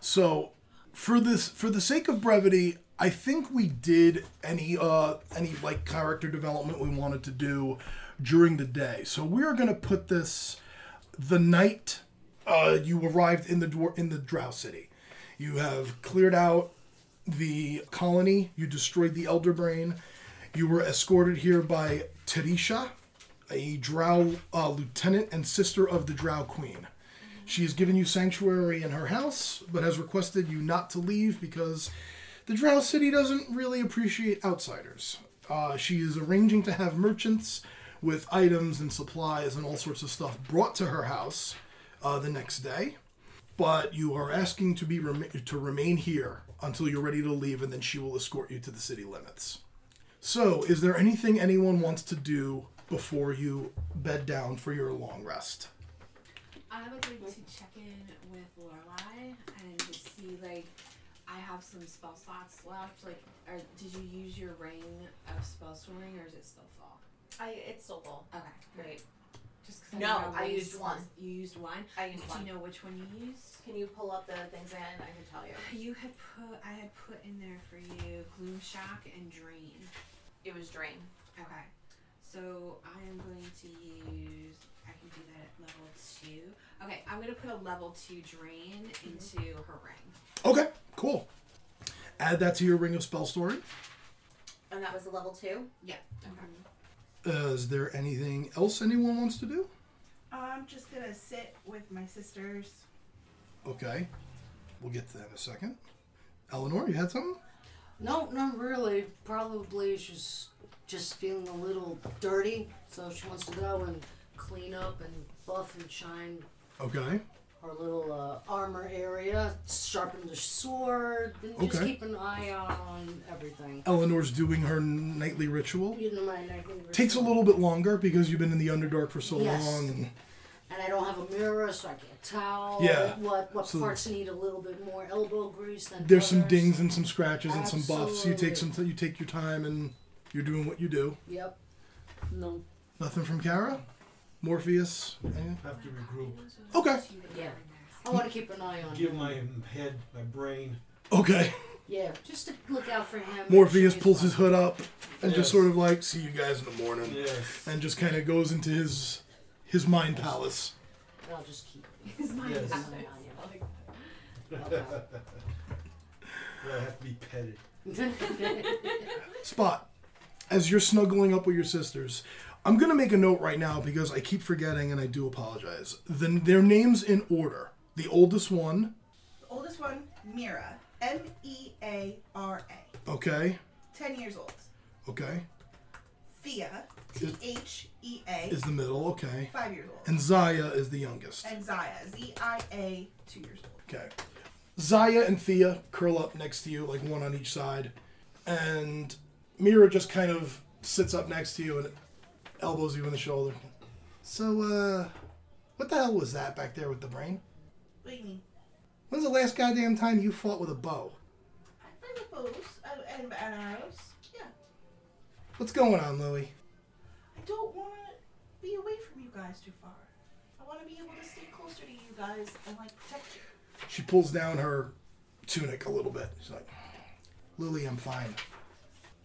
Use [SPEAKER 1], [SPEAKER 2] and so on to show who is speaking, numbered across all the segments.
[SPEAKER 1] So for this for the sake of brevity, I think we did any uh any like character development we wanted to do during the day. So we are gonna put this the night uh, you arrived in the dwar- in the Drow City. You have cleared out the colony. You destroyed the Elder Brain. You were escorted here by Terisha, a Drow uh, lieutenant and sister of the Drow Queen. She has given you sanctuary in her house, but has requested you not to leave because the Drow City doesn't really appreciate outsiders. Uh, she is arranging to have merchants with items and supplies and all sorts of stuff brought to her house uh, the next day. But you are asking to be rem- to remain here until you're ready to leave, and then she will escort you to the city limits. So, is there anything anyone wants to do before you bed down for your long rest?
[SPEAKER 2] I would like to check in with Lorelai and just see like I have some spell slots left. Like, are, did you use your ring of spell storing, or is it still fall?
[SPEAKER 3] I it's still full.
[SPEAKER 2] Okay,
[SPEAKER 3] Great.
[SPEAKER 2] Just 'cause
[SPEAKER 3] No,
[SPEAKER 2] don't wanna
[SPEAKER 3] I
[SPEAKER 2] waste
[SPEAKER 3] used one.
[SPEAKER 2] spells- You used one.
[SPEAKER 3] I used
[SPEAKER 2] Do
[SPEAKER 3] one.
[SPEAKER 2] you know which one you used?
[SPEAKER 3] Can you pull up the things again? I can tell you.
[SPEAKER 2] You had put I had put in there for you gloom shock and drain.
[SPEAKER 3] It was drain.
[SPEAKER 2] Okay. So I am going to use. I can do that at level two. Okay, I'm gonna put a level two drain into her ring.
[SPEAKER 1] Okay, cool. Add that to your ring of spell storing.
[SPEAKER 3] And that was a level two.
[SPEAKER 2] Yeah. Okay.
[SPEAKER 1] Uh, is there anything else anyone wants to do?
[SPEAKER 4] I'm just gonna sit with my sisters.
[SPEAKER 1] Okay, we'll get to that in a second. Eleanor, you had something?
[SPEAKER 5] No, not really. Probably she's just feeling a little dirty, so she wants to go and clean up and buff and shine
[SPEAKER 1] Okay,
[SPEAKER 5] her little uh, armor area, sharpen the sword, and just
[SPEAKER 1] Okay.
[SPEAKER 5] keep an eye out on everything.
[SPEAKER 1] Eleanor's doing her nightly ritual.
[SPEAKER 5] You know, my neck and-
[SPEAKER 1] Takes a little bit longer because you've been in the Underdark for so
[SPEAKER 5] Yes.
[SPEAKER 1] long. And,
[SPEAKER 5] and I don't have a mirror, so I can't tell
[SPEAKER 1] Yeah.
[SPEAKER 5] what what
[SPEAKER 1] So-
[SPEAKER 5] parts need a little bit more elbow grease than
[SPEAKER 1] there's some
[SPEAKER 5] others.
[SPEAKER 1] dings and some scratches and some buffs. You take some.
[SPEAKER 5] Absolutely.
[SPEAKER 1] You take your time and you're doing what you do.
[SPEAKER 5] Yep. No.
[SPEAKER 1] Nothing from Kara, Morpheus. Eh,
[SPEAKER 6] Have to regroup.
[SPEAKER 1] Okay.
[SPEAKER 5] Yeah. I want to keep an eye on.
[SPEAKER 6] Give
[SPEAKER 5] him.
[SPEAKER 6] my head, my brain.
[SPEAKER 1] Okay.
[SPEAKER 5] Yeah, just to look out for him.
[SPEAKER 1] Morpheus
[SPEAKER 5] She's
[SPEAKER 1] pulls his
[SPEAKER 5] fine.
[SPEAKER 1] hood up and just
[SPEAKER 6] Yes.
[SPEAKER 1] sort of like see you guys in the morning,
[SPEAKER 6] Yes.
[SPEAKER 1] and just kind of goes into his his mind palace.
[SPEAKER 5] And I'll just keep.
[SPEAKER 2] Because mine
[SPEAKER 6] Yes.
[SPEAKER 2] is
[SPEAKER 5] an eye on him. Okay.
[SPEAKER 6] I have to be petted.
[SPEAKER 1] Spot, as you're snuggling up with your sisters, I'm gonna make a note right now because I keep forgetting and I do apologize. Then their names in order. The oldest one,
[SPEAKER 4] The oldest one, Mira. M E A R A.
[SPEAKER 1] okay,
[SPEAKER 4] Ten years old.
[SPEAKER 1] okay,
[SPEAKER 4] Thea. T H E A.
[SPEAKER 1] is the middle, okay,
[SPEAKER 4] Five years old.
[SPEAKER 1] and Zaya is the youngest.
[SPEAKER 4] And Zaya. Z I A. Two years old.
[SPEAKER 1] Okay. Zaya and Thea curl up next to you, like one on each side, and Mira just kind of sits up next to you and elbows you in the shoulder. So, uh, what the hell was that back there with the brain?
[SPEAKER 4] What do you mean?
[SPEAKER 1] When's the last goddamn time you fought with a bow?
[SPEAKER 4] I play with bows and- and, and arrows. Yeah.
[SPEAKER 1] What's going on, Louie?
[SPEAKER 4] I don't want to be away from you guys too far. I want to be able to stay closer to you guys and like protect you.
[SPEAKER 1] She pulls down her tunic a little bit. She's like, Lily, I'm fine.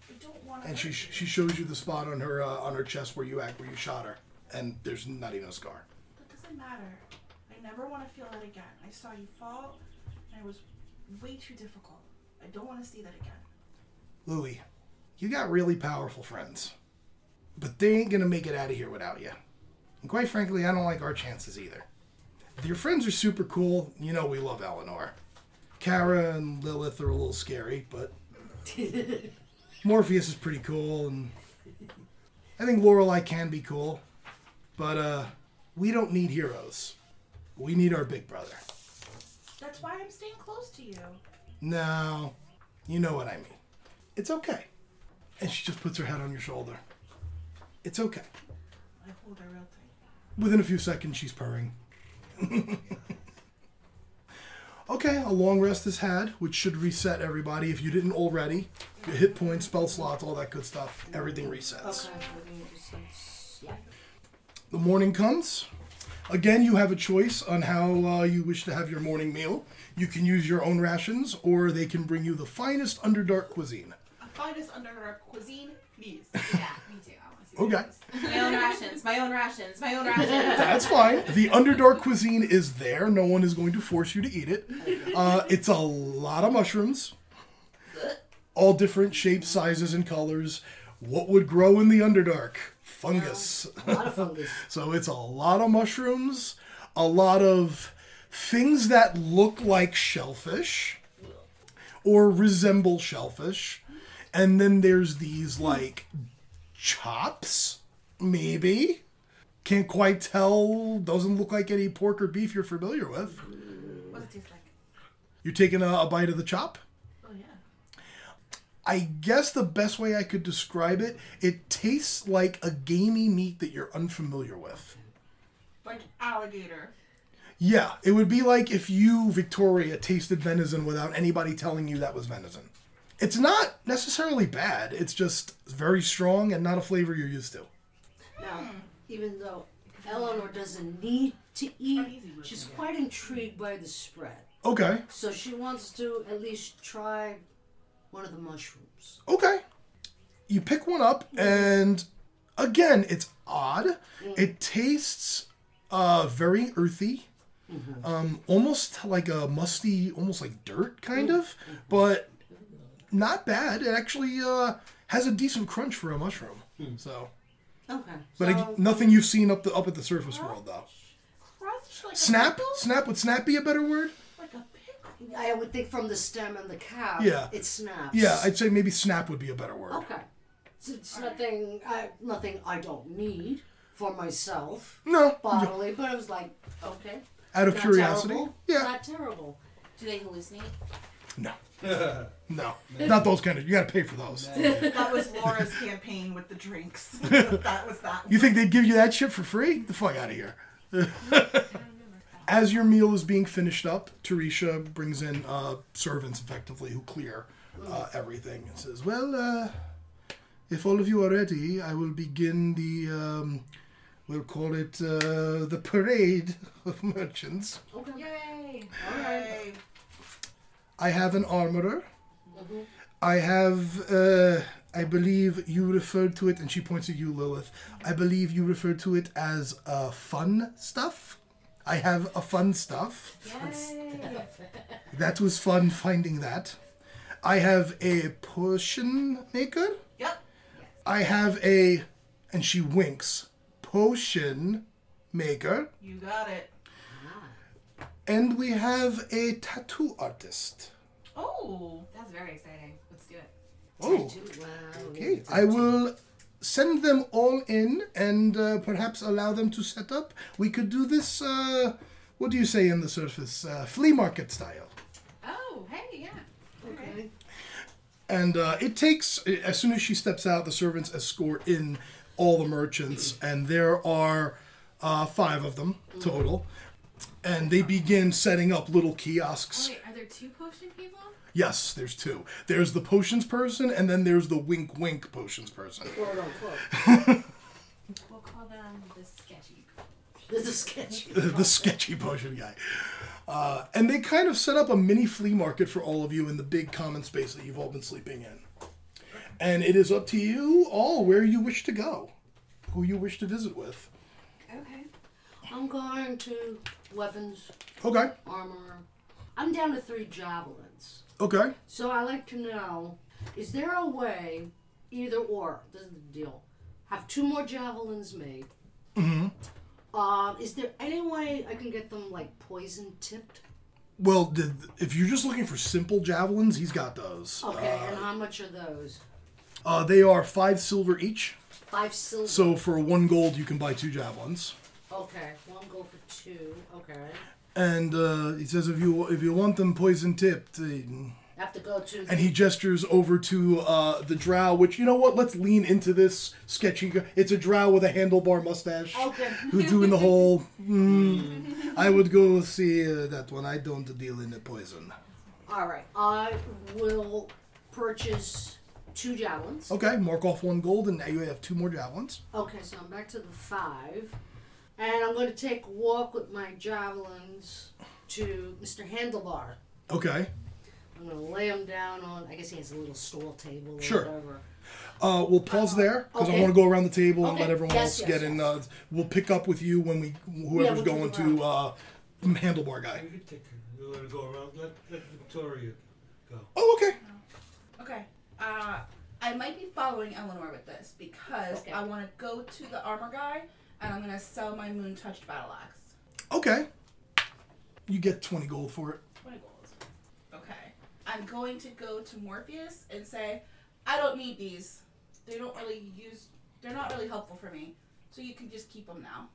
[SPEAKER 4] I don't want to.
[SPEAKER 1] And she she shows you the spot on her uh, on her chest where you act where you shot her, and there's not even a scar.
[SPEAKER 4] That doesn't matter. I never want to feel that again. I saw you fall, and it was way too difficult. I don't want to see that again.
[SPEAKER 1] Louie, you got really powerful friends, but they ain't gonna make it out of here without you. And quite frankly, I don't like our chances either. Your friends are super cool. You know we love Eleanor. Kara and Lilith are a little scary, but Morpheus is pretty cool, and I think Lorelei can be cool. But uh, we don't need heroes. We need our big brother.
[SPEAKER 4] That's why I'm staying close to you.
[SPEAKER 1] No, you know what I mean. It's okay. And she just puts her head on your shoulder. It's okay.
[SPEAKER 4] I hold her real tight.
[SPEAKER 1] Within a few seconds, she's purring. okay, a long rest is had, which should reset everybody if you didn't already. Your hit points, spell slots, all that good stuff. Everything resets.
[SPEAKER 5] Okay. Yeah.
[SPEAKER 1] The morning comes. Again, you have a choice on how uh, you wish to have your morning meal. You can use your own rations, or they can bring you the finest Underdark cuisine.
[SPEAKER 4] A finest under our cuisine, please.
[SPEAKER 3] Yeah.
[SPEAKER 2] Me too. I want to see
[SPEAKER 1] Okay.
[SPEAKER 2] those.
[SPEAKER 3] My own rations. My own rations. My own rations.
[SPEAKER 1] That's fine. The Underdark cuisine is there. No one is going to force you to eat it. Uh, it's a lot of mushrooms, all different shapes, sizes, and colors. What would grow in the Underdark? Fungus.
[SPEAKER 5] A lot of fungus.
[SPEAKER 1] So it's a lot of mushrooms, a lot of things that look like shellfish or resemble shellfish. And then there's these like chops, maybe. Can't quite tell. Doesn't look like any pork or beef you're familiar with.
[SPEAKER 4] What does it taste like?
[SPEAKER 1] You're taking a, a bite of the chop.
[SPEAKER 4] Oh yeah.
[SPEAKER 1] I guess the best way I could describe it, it tastes like a gamey meat that you're unfamiliar with.
[SPEAKER 4] Like alligator.
[SPEAKER 1] Yeah, it would be like if you, Victoria, tasted venison without anybody telling you that was venison. It's not necessarily bad, it's just very strong and not a flavor you're used to.
[SPEAKER 5] Now, even though Eleanor doesn't need to eat,
[SPEAKER 4] easy with
[SPEAKER 5] she's
[SPEAKER 4] it, yeah.
[SPEAKER 5] quite intrigued by the spread.
[SPEAKER 1] Okay,
[SPEAKER 5] So she wants to at least try one of the mushrooms.
[SPEAKER 1] okay. You pick one up, and again, it's odd.
[SPEAKER 4] Mm.
[SPEAKER 1] It tastes uh, very earthy,
[SPEAKER 4] Mm-hmm.
[SPEAKER 1] um, almost like a musty, almost like dirt, kind
[SPEAKER 4] Mm.
[SPEAKER 1] of, but not bad. It actually uh, has a decent crunch for a mushroom.
[SPEAKER 4] Hmm.
[SPEAKER 1] So.
[SPEAKER 5] Okay.
[SPEAKER 1] But
[SPEAKER 5] so,
[SPEAKER 1] ag- nothing you've seen up the up at the surface world though.
[SPEAKER 4] Crunch like
[SPEAKER 1] Snap,
[SPEAKER 4] a pickle?
[SPEAKER 1] snap would snap be a better word?
[SPEAKER 4] Like a pickle.
[SPEAKER 5] I would think from the stem and the cap,
[SPEAKER 1] mm. Yeah.
[SPEAKER 5] it snaps.
[SPEAKER 1] Yeah, I'd say maybe snap would be a better word.
[SPEAKER 5] Okay. So it's nothing, I, nothing I don't need for myself
[SPEAKER 1] No,
[SPEAKER 5] bodily, but it was like, okay.
[SPEAKER 1] out of
[SPEAKER 5] not
[SPEAKER 1] curiosity,
[SPEAKER 5] terrible,
[SPEAKER 1] yeah,
[SPEAKER 5] Not terrible.
[SPEAKER 3] Do they hallucinate?
[SPEAKER 1] no,
[SPEAKER 6] yeah.
[SPEAKER 1] no, not those kind of. You got to pay for those.
[SPEAKER 4] That was Laura's campaign with the drinks. that was that.
[SPEAKER 1] You think they'd give you that shit for free? The fuck out of here. As your meal is being finished up, Teresha brings in uh, servants effectively who clear uh, everything and says, Well, uh, if all of you are ready, I will begin the, um, we'll call it uh, the parade of merchants.
[SPEAKER 5] Okay.
[SPEAKER 2] Yay!
[SPEAKER 5] All right.
[SPEAKER 4] Hey,
[SPEAKER 1] I have an armorer.
[SPEAKER 5] Mhm.
[SPEAKER 1] I have, uh, I believe you referred to it, and she points at you, Lilith. I believe you referred to it as uh, fun stuff. I have a fun stuff.
[SPEAKER 2] Yay!
[SPEAKER 1] That was fun finding that. I have a potion maker.
[SPEAKER 4] Yep.
[SPEAKER 1] I have a, and she winks, potion maker.
[SPEAKER 4] You got it.
[SPEAKER 1] And we have a tattoo artist.
[SPEAKER 4] Oh.
[SPEAKER 2] That's very exciting. Let's do it.
[SPEAKER 1] Oh.
[SPEAKER 5] Tattoo, Wow.
[SPEAKER 1] Okay, I will send them all in and uh, perhaps allow them to set up. We could do this, uh, what do you say in the surface? Uh, flea market style.
[SPEAKER 2] Oh, hey, yeah.
[SPEAKER 5] Okay.
[SPEAKER 1] And uh, it takes, as soon as she steps out, the servants escort in all the merchants, and there are uh, five of them total. And they begin setting up little kiosks.
[SPEAKER 2] Oh, Wait, are there two potion people?
[SPEAKER 1] Yes, there's two. There's the potions person, and then there's the wink wink potions person.
[SPEAKER 5] Quote unquote.
[SPEAKER 2] We'll call them the sketchy.
[SPEAKER 5] This is sketchy.
[SPEAKER 1] the sketchy potion guy. Uh, and they kind of set up a mini flea market for all of you in the big common space that you've all been sleeping in. And it is up to you all where you wish to go, who you wish to visit with.
[SPEAKER 2] Okay.
[SPEAKER 5] I'm going to weapons,
[SPEAKER 1] Okay,
[SPEAKER 5] armor. I'm down to three javelins.
[SPEAKER 1] okay.
[SPEAKER 5] So I like to know is there a way, either or, doesn't deal, have two more javelins made?
[SPEAKER 1] Mhm.
[SPEAKER 5] Um, is there any way I can get them like poison tipped?
[SPEAKER 1] Well, the, if you're just looking for simple javelins, he's got those.
[SPEAKER 5] Okay,
[SPEAKER 1] Uh,
[SPEAKER 5] and how much are those?
[SPEAKER 1] uh, they are five silver each.
[SPEAKER 5] Five silver.
[SPEAKER 1] So for one gold, you can buy two javelins.
[SPEAKER 5] okay, one gold for two. Okay.
[SPEAKER 1] And uh, he says, if you if you want them poison tipped, uh,
[SPEAKER 5] I have to go to.
[SPEAKER 1] and he gestures over to uh, the drow, which you know what? Let's lean into this sketchy. g- It's a drow with a handlebar mustache
[SPEAKER 5] okay.
[SPEAKER 1] who's doing the whole. Mm, I would go see uh, that one. I don't deal in the poison.
[SPEAKER 5] All right. I will purchase two
[SPEAKER 1] Oh.
[SPEAKER 5] javelins.
[SPEAKER 1] Okay, mark off one gold, and now you have two more javelins.
[SPEAKER 5] Okay, so I'm back to the five. and I'm going to take a walk with my javelins to Mr. Handlebar.
[SPEAKER 1] Okay.
[SPEAKER 5] I'm going to lay him down on, I guess he has a little stall table or
[SPEAKER 1] Sure.
[SPEAKER 5] whatever.
[SPEAKER 1] Uh, we'll pause there because I
[SPEAKER 5] Okay.
[SPEAKER 1] want to go around the table and
[SPEAKER 5] Okay.
[SPEAKER 1] let everyone
[SPEAKER 5] Yes,
[SPEAKER 1] else
[SPEAKER 5] yes,
[SPEAKER 1] get in.
[SPEAKER 5] yes.
[SPEAKER 1] Uh, we'll pick up with you when we whoever's
[SPEAKER 5] we'll do
[SPEAKER 1] going
[SPEAKER 5] the
[SPEAKER 1] to uh, handlebar guy.
[SPEAKER 6] You could take her. You want to go around? Let, let Victoria go.
[SPEAKER 1] Oh, okay.
[SPEAKER 4] Okay. Uh, I might be following Eleanor with this because
[SPEAKER 5] Okay.
[SPEAKER 4] I want to go to the armor guy and I'm gonna sell my moon touched battle axe.
[SPEAKER 1] Okay. You get twenty gold for it.
[SPEAKER 4] Twenty goals. Okay. I'm going to go to Morpheus and say, I don't need these. They don't really use. They're not really helpful for me. So you can just keep them now.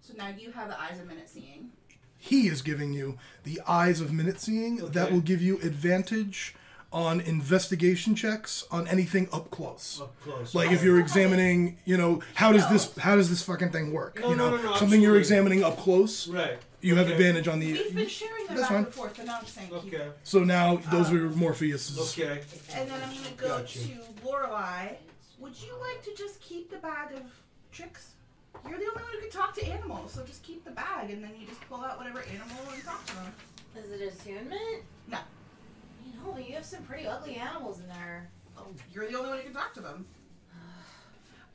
[SPEAKER 4] So now you have the eyes of minute seeing.
[SPEAKER 1] He is giving you the eyes of minute seeing that
[SPEAKER 6] Okay.
[SPEAKER 1] will give you advantage on investigation checks on anything up close.
[SPEAKER 6] Up close.
[SPEAKER 1] Like if you're examining, you know, how does this how does this fucking thing work?
[SPEAKER 6] No,
[SPEAKER 1] you know,
[SPEAKER 6] no, no, no,
[SPEAKER 1] something you're
[SPEAKER 6] absolutely.
[SPEAKER 1] examining up close,
[SPEAKER 6] Right.
[SPEAKER 1] you have
[SPEAKER 6] Okay.
[SPEAKER 1] advantage on the.
[SPEAKER 4] We've been sharing them
[SPEAKER 1] that's
[SPEAKER 4] back
[SPEAKER 1] fine.
[SPEAKER 4] and forth, but now I'm just saying keep
[SPEAKER 6] Okay.
[SPEAKER 4] them.
[SPEAKER 1] So now those
[SPEAKER 4] Uh,
[SPEAKER 1] are Morpheus's.
[SPEAKER 6] Okay.
[SPEAKER 4] And then I'm gonna go
[SPEAKER 6] Gotcha.
[SPEAKER 4] to Lorelai. Would you like to just keep the bag of tricks? You're the only one who can talk to animals, so just keep the bag, and then you just pull out whatever animal and talk to them.
[SPEAKER 3] Is it attunement?
[SPEAKER 4] No.
[SPEAKER 3] You know, but you have some pretty ugly animals in there.
[SPEAKER 4] Oh, you're the only one who can talk to them.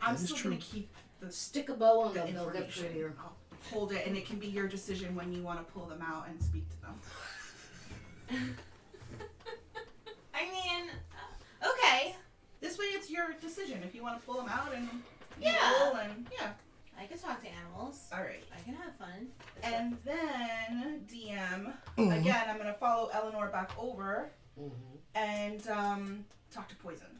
[SPEAKER 4] I'm
[SPEAKER 1] That is
[SPEAKER 4] still
[SPEAKER 1] true.
[SPEAKER 4] gonna keep the
[SPEAKER 5] Stick a bow on
[SPEAKER 4] the
[SPEAKER 5] them, they'll get
[SPEAKER 4] information.
[SPEAKER 5] prettier.
[SPEAKER 4] I'll hold it, and it can be your decision when you want to pull them out and speak to them.
[SPEAKER 3] I mean, uh, okay.
[SPEAKER 4] This way, it's your decision if you want to pull them out and you
[SPEAKER 3] Yeah.
[SPEAKER 4] roll and yeah.
[SPEAKER 3] I can talk to animals.
[SPEAKER 4] All right.
[SPEAKER 3] I can have fun.
[SPEAKER 4] And then DM
[SPEAKER 1] Mhm.
[SPEAKER 4] again. I'm gonna follow Eleanor back over
[SPEAKER 5] Mhm.
[SPEAKER 4] and um, talk to Poison.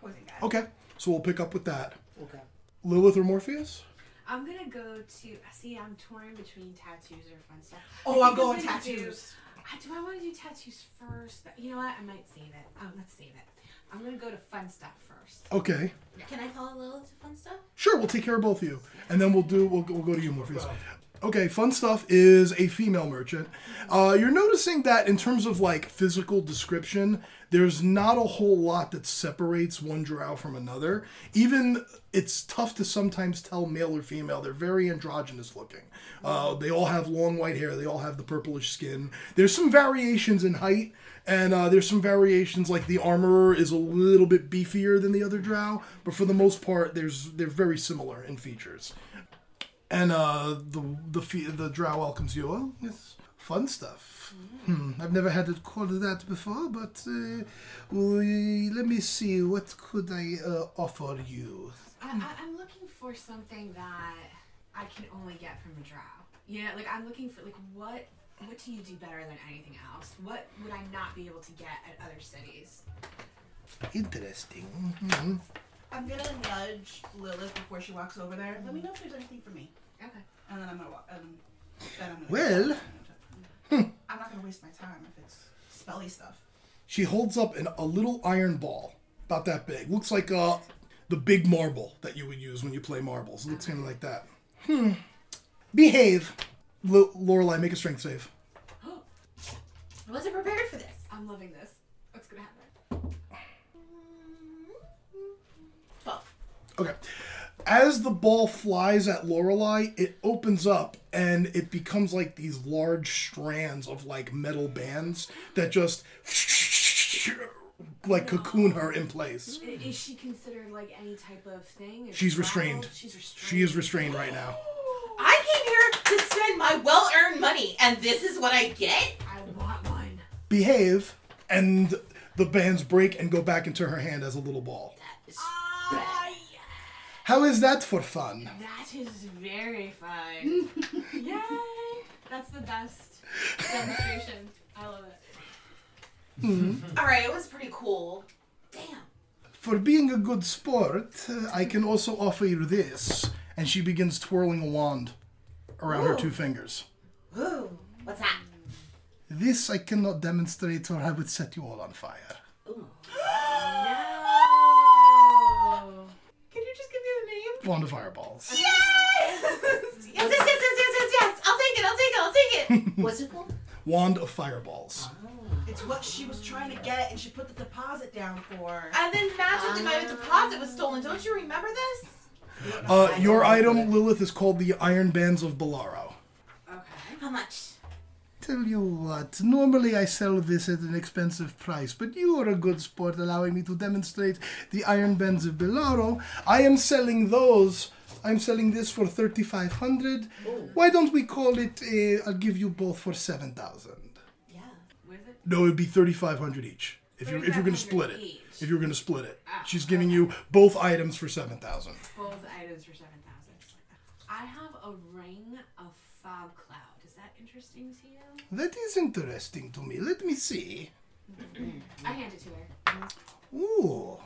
[SPEAKER 4] Poison guy.
[SPEAKER 1] Okay, so we'll pick up with that.
[SPEAKER 5] Okay.
[SPEAKER 1] Lilith or Morpheus?
[SPEAKER 2] I'm gonna go to. See, I'm torn between tattoos or fun stuff.
[SPEAKER 4] Oh, I'm
[SPEAKER 2] I think
[SPEAKER 4] going
[SPEAKER 2] gonna do-
[SPEAKER 4] tattoos.
[SPEAKER 2] I- Do I want to do tattoos first? You know what? I might save it. Oh, let's save it. I'm gonna go to fun stuff first.
[SPEAKER 1] Okay,
[SPEAKER 3] Can I follow Lilith to fun stuff?
[SPEAKER 1] sure. We'll take care of both of you, and then we'll do. We'll, go- we'll go to you, Morpheus. Okay, fun stuff is a female merchant. Uh, you're noticing that in terms of like physical description, there's not a whole lot that separates one drow from another. Even it's tough to sometimes tell male or female. They're very androgynous looking. Uh, they all have long white hair. They all have the purplish skin. There's some variations in height, and uh, there's some variations like the armorer is a little bit beefier than the other drow, but for the most part, there's they're very similar in features and uh, the the fe- the drow welcomes you. Oh, yes, fun stuff. Hmm. I've never had it called that before, but uh, we, let me see. What could I uh, offer you?
[SPEAKER 2] I, I, I'm looking for something that I can only get from a drow. You know, like I'm looking for like what what do you do better than anything else? What would I not be able to get at other cities?
[SPEAKER 1] Interesting. Hmm.
[SPEAKER 4] I'm gonna nudge Lilith before she walks over there. Let me know if there's anything for me,
[SPEAKER 2] Okay.
[SPEAKER 4] and then I'm gonna walk. Um, then I'm gonna
[SPEAKER 1] Well. hmm.
[SPEAKER 4] I'm not gonna waste my time if it's spelly stuff.
[SPEAKER 1] She holds up an, a little iron ball, about that big. Looks like uh, the big marble that you would use when you play marbles. Looks kind of like that. Hmm. Behave, L- Lorelai. Make a strength save.
[SPEAKER 3] I wasn't prepared for this.
[SPEAKER 2] I'm loving this. What's gonna happen?
[SPEAKER 1] Okay. As the ball flies at Lorelei, it opens up and it becomes like these large strands of like metal bands that just like cocoon her in place.
[SPEAKER 2] I- Is, she considered like any type of thing? Is
[SPEAKER 1] She's
[SPEAKER 2] she
[SPEAKER 1] restrained.
[SPEAKER 2] wild? She's restrained.
[SPEAKER 1] She is restrained right now.
[SPEAKER 3] I came here to spend my well-earned money, and this is what I get.
[SPEAKER 2] I want one.
[SPEAKER 1] Behave, and the bands break and go back into her hand as a little ball.
[SPEAKER 2] Ah,
[SPEAKER 1] How is that for fun?
[SPEAKER 2] that is very fun. Yay! That's the best demonstration. I love it.
[SPEAKER 3] All right, it was pretty cool. Damn.
[SPEAKER 1] For being a good sport, uh, I can also offer you this. And she begins twirling a wand around her two fingers.
[SPEAKER 3] Ooh, what's that?
[SPEAKER 1] This I cannot demonstrate, or I would set you all on fire.
[SPEAKER 2] No.
[SPEAKER 3] Can you just give me the name?
[SPEAKER 1] Wand of fireballs.
[SPEAKER 3] Yes, yes, yes, yes, yes, yes, yes. I'll take it. I'll take it. I'll take it.
[SPEAKER 5] What's it called?
[SPEAKER 1] Wand of fireballs.
[SPEAKER 4] It's what she was trying to get, and she put the deposit down for.
[SPEAKER 3] Ah. and then that's what the my deposit was stolen. Don't you remember this?
[SPEAKER 1] Uh, your item, Lilith, is called the Iron Bands of Bolaro.
[SPEAKER 2] Okay.
[SPEAKER 3] How much?
[SPEAKER 1] Tell you what, normally I sell this at an expensive price, but you are a good sport allowing me to demonstrate the iron bands of Belaro. I am selling those. I'm selling this for 3500 Why don't we call it, i I'll give you both for 7000
[SPEAKER 3] Yeah.
[SPEAKER 2] What is it?
[SPEAKER 1] No, it'd be 3500 each. If you're, if you're going to split it.
[SPEAKER 2] 3,500 each. Ah.
[SPEAKER 1] If you're going to split it. She's giving you both items for 7000
[SPEAKER 2] Both items for seven thousand. I have a ring of fog cloud. Is that interesting to you?
[SPEAKER 1] That is interesting to me. Let me see.
[SPEAKER 2] I hand it to her.
[SPEAKER 1] Ooh.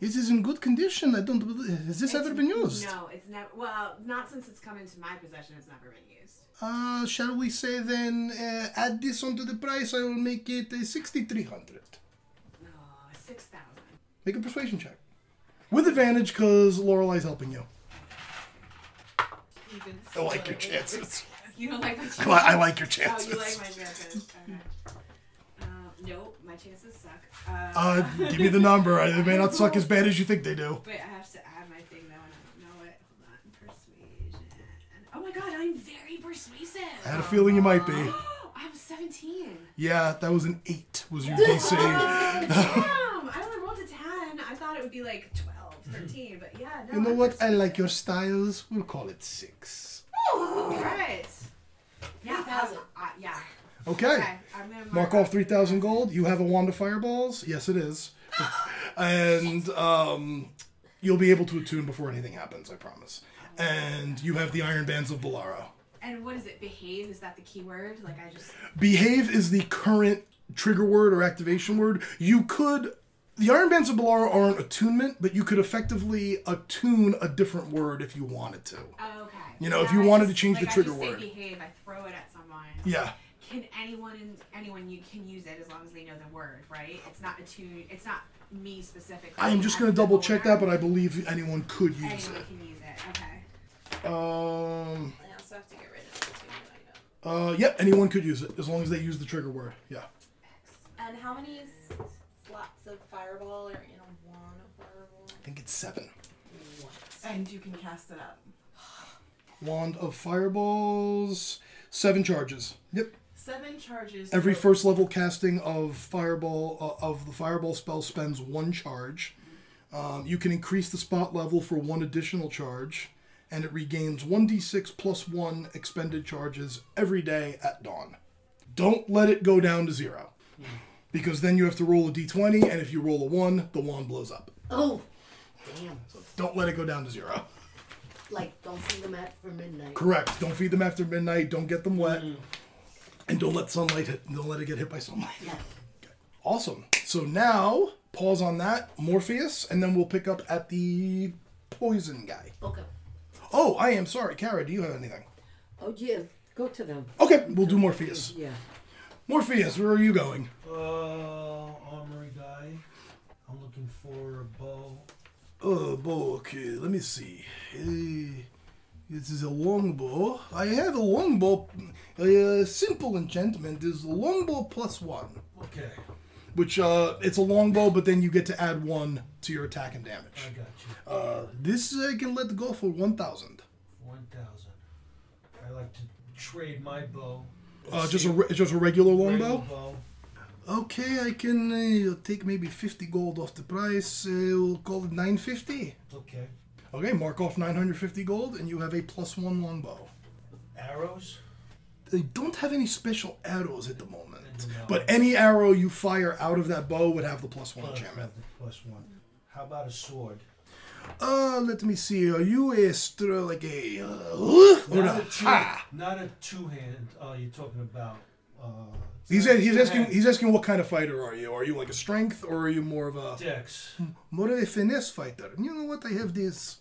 [SPEAKER 1] It is in good condition. I don't. bel- Has this ever been used?
[SPEAKER 2] No, it's never. Well, not since it's come into my possession. It's never been used.
[SPEAKER 1] Uh, shall we say then, uh, add this onto the price, I will make it uh, 6,300.
[SPEAKER 2] No, Oh, six thousand.
[SPEAKER 1] Make a persuasion check. With advantage, because Lorelei's helping you. I like your chances.
[SPEAKER 2] You don't like my chances.
[SPEAKER 1] I, li- I like your
[SPEAKER 2] Oh,
[SPEAKER 1] chances.
[SPEAKER 2] you like my chances. Okay. Uh, nope, my chances suck.
[SPEAKER 1] uh,
[SPEAKER 2] Uh,
[SPEAKER 1] give me the number. I- They may not suck as bad as you think they do.
[SPEAKER 2] Wait, I have to add my thing though, and I don't know it. Hold on, persuasion. Oh my god, I'm very persuasive.
[SPEAKER 1] I had a feeling you might be.
[SPEAKER 2] I'm 17.
[SPEAKER 1] Yeah, that was an 8, was your DC.
[SPEAKER 2] Damn, I only rolled a 10. I thought it would be like 12, 13, but yeah. No,
[SPEAKER 1] You know
[SPEAKER 2] I'm
[SPEAKER 1] what? I like your
[SPEAKER 2] persuasive.
[SPEAKER 1] styles. We'll call it 6.
[SPEAKER 2] All right. Yeah,
[SPEAKER 3] 3,000.
[SPEAKER 2] Uh, yeah.
[SPEAKER 1] Okay.
[SPEAKER 2] Okay, I'm gonna
[SPEAKER 1] Mark off 3,000 gold. You have a wand of fireballs? Yes, it is. and um, you'll be able to attune before anything happens, I promise. And you have the Iron Bands of Bolaro.
[SPEAKER 2] And what is it? Behave? Is that the key word? Like, I just.
[SPEAKER 1] Behave is the current trigger word or activation word. You could. The Iron Bands of Bolaro aren't attunement, but you could effectively attune a different word if you wanted to.
[SPEAKER 2] Okay.
[SPEAKER 1] You know, if
[SPEAKER 2] Now
[SPEAKER 1] you
[SPEAKER 2] I
[SPEAKER 1] wanted
[SPEAKER 2] just-
[SPEAKER 1] to change
[SPEAKER 2] like,
[SPEAKER 1] the
[SPEAKER 2] I
[SPEAKER 1] trigger
[SPEAKER 2] just
[SPEAKER 1] word.
[SPEAKER 2] Say behave, I throw it at someone.
[SPEAKER 1] Yeah.
[SPEAKER 2] Can anyone in anyone you can use it as long as they know the word, right? It's not a tune. It's not me specifically.
[SPEAKER 1] I am just going to double check that, but I believe anyone could use
[SPEAKER 2] anyone
[SPEAKER 1] it.
[SPEAKER 2] can use it. Okay.
[SPEAKER 1] Um,
[SPEAKER 3] I also have to get rid of the two that I know.
[SPEAKER 1] uh, yep, anyone could use it as long as they use the trigger word. Yeah.
[SPEAKER 3] And how many s- slots of fireball are in a wand of fireball?
[SPEAKER 1] I think it's seven.
[SPEAKER 4] And you can cast it up.
[SPEAKER 1] Wand of Fireballs. Seven charges. Yep.
[SPEAKER 4] Seven charges.
[SPEAKER 1] Every
[SPEAKER 4] for-
[SPEAKER 1] first level casting of Fireball uh, of the Fireball spell spends one charge. Um, you can increase the spot level for one additional charge, and it regains 1d6 plus one expended charges every day at dawn. Don't let it go down to zero, because then you have to roll a d20, and if you roll a one, the wand blows up.
[SPEAKER 5] Oh, damn.
[SPEAKER 1] Don't let it go down to zero.
[SPEAKER 5] Like, don't feed them at for midnight.
[SPEAKER 1] Correct. Don't feed them after midnight. Don't get them wet, and don't let sunlight hit. Don't let it get hit by sunlight.
[SPEAKER 5] Yeah.
[SPEAKER 1] Awesome. So now pause on that Morpheus, and then we'll pick up at the poison guy.
[SPEAKER 5] Okay.
[SPEAKER 1] Oh, I am sorry, Kara. Do you have anything?
[SPEAKER 7] Oh yeah, go to them.
[SPEAKER 1] Okay, we'll do Morpheus.
[SPEAKER 7] Yeah.
[SPEAKER 1] Morpheus, where are you going?
[SPEAKER 6] Uh, armory guy. I'm looking for a bow.
[SPEAKER 1] Oh, bow. Okay, let me see. Uh, this is a longbow. I have a longbow. A uh, simple enchantment is longbow plus one,
[SPEAKER 6] Okay,
[SPEAKER 1] which uh, it's a longbow, but then you get to add one to your attack and
[SPEAKER 6] I
[SPEAKER 1] damage.
[SPEAKER 6] got you.
[SPEAKER 1] Uh, this I can let go for one thousand.
[SPEAKER 6] One thousand. I like to trade my bow.
[SPEAKER 1] Uh, just a re- just a regular
[SPEAKER 6] Regular
[SPEAKER 1] longbow. Okay, I can uh, take maybe 50 gold off the price. Uh, we'll call it 950.
[SPEAKER 6] Okay.
[SPEAKER 1] Okay, mark off 950 gold, and you have a plus one longbow.
[SPEAKER 6] Arrows.
[SPEAKER 1] They don't have any special arrows at the moment,
[SPEAKER 6] No.
[SPEAKER 1] but any arrow you fire out of that bow would have the plus one
[SPEAKER 6] Plus-
[SPEAKER 1] enchantment.
[SPEAKER 6] plus one. How about a sword?
[SPEAKER 1] Uh, let me see. Are you a str- like a uh, or
[SPEAKER 6] Not
[SPEAKER 1] a
[SPEAKER 6] a two.
[SPEAKER 1] ha?
[SPEAKER 6] Not a two hand. Oh, you're talking about. Uh,
[SPEAKER 1] He's, a- he's asking.
[SPEAKER 6] two-hand
[SPEAKER 1] He's asking what kind of fighter are you? Are you like a strength, or are you more of a
[SPEAKER 6] Dex.
[SPEAKER 1] more of a finesse fighter. And you know what? I have this.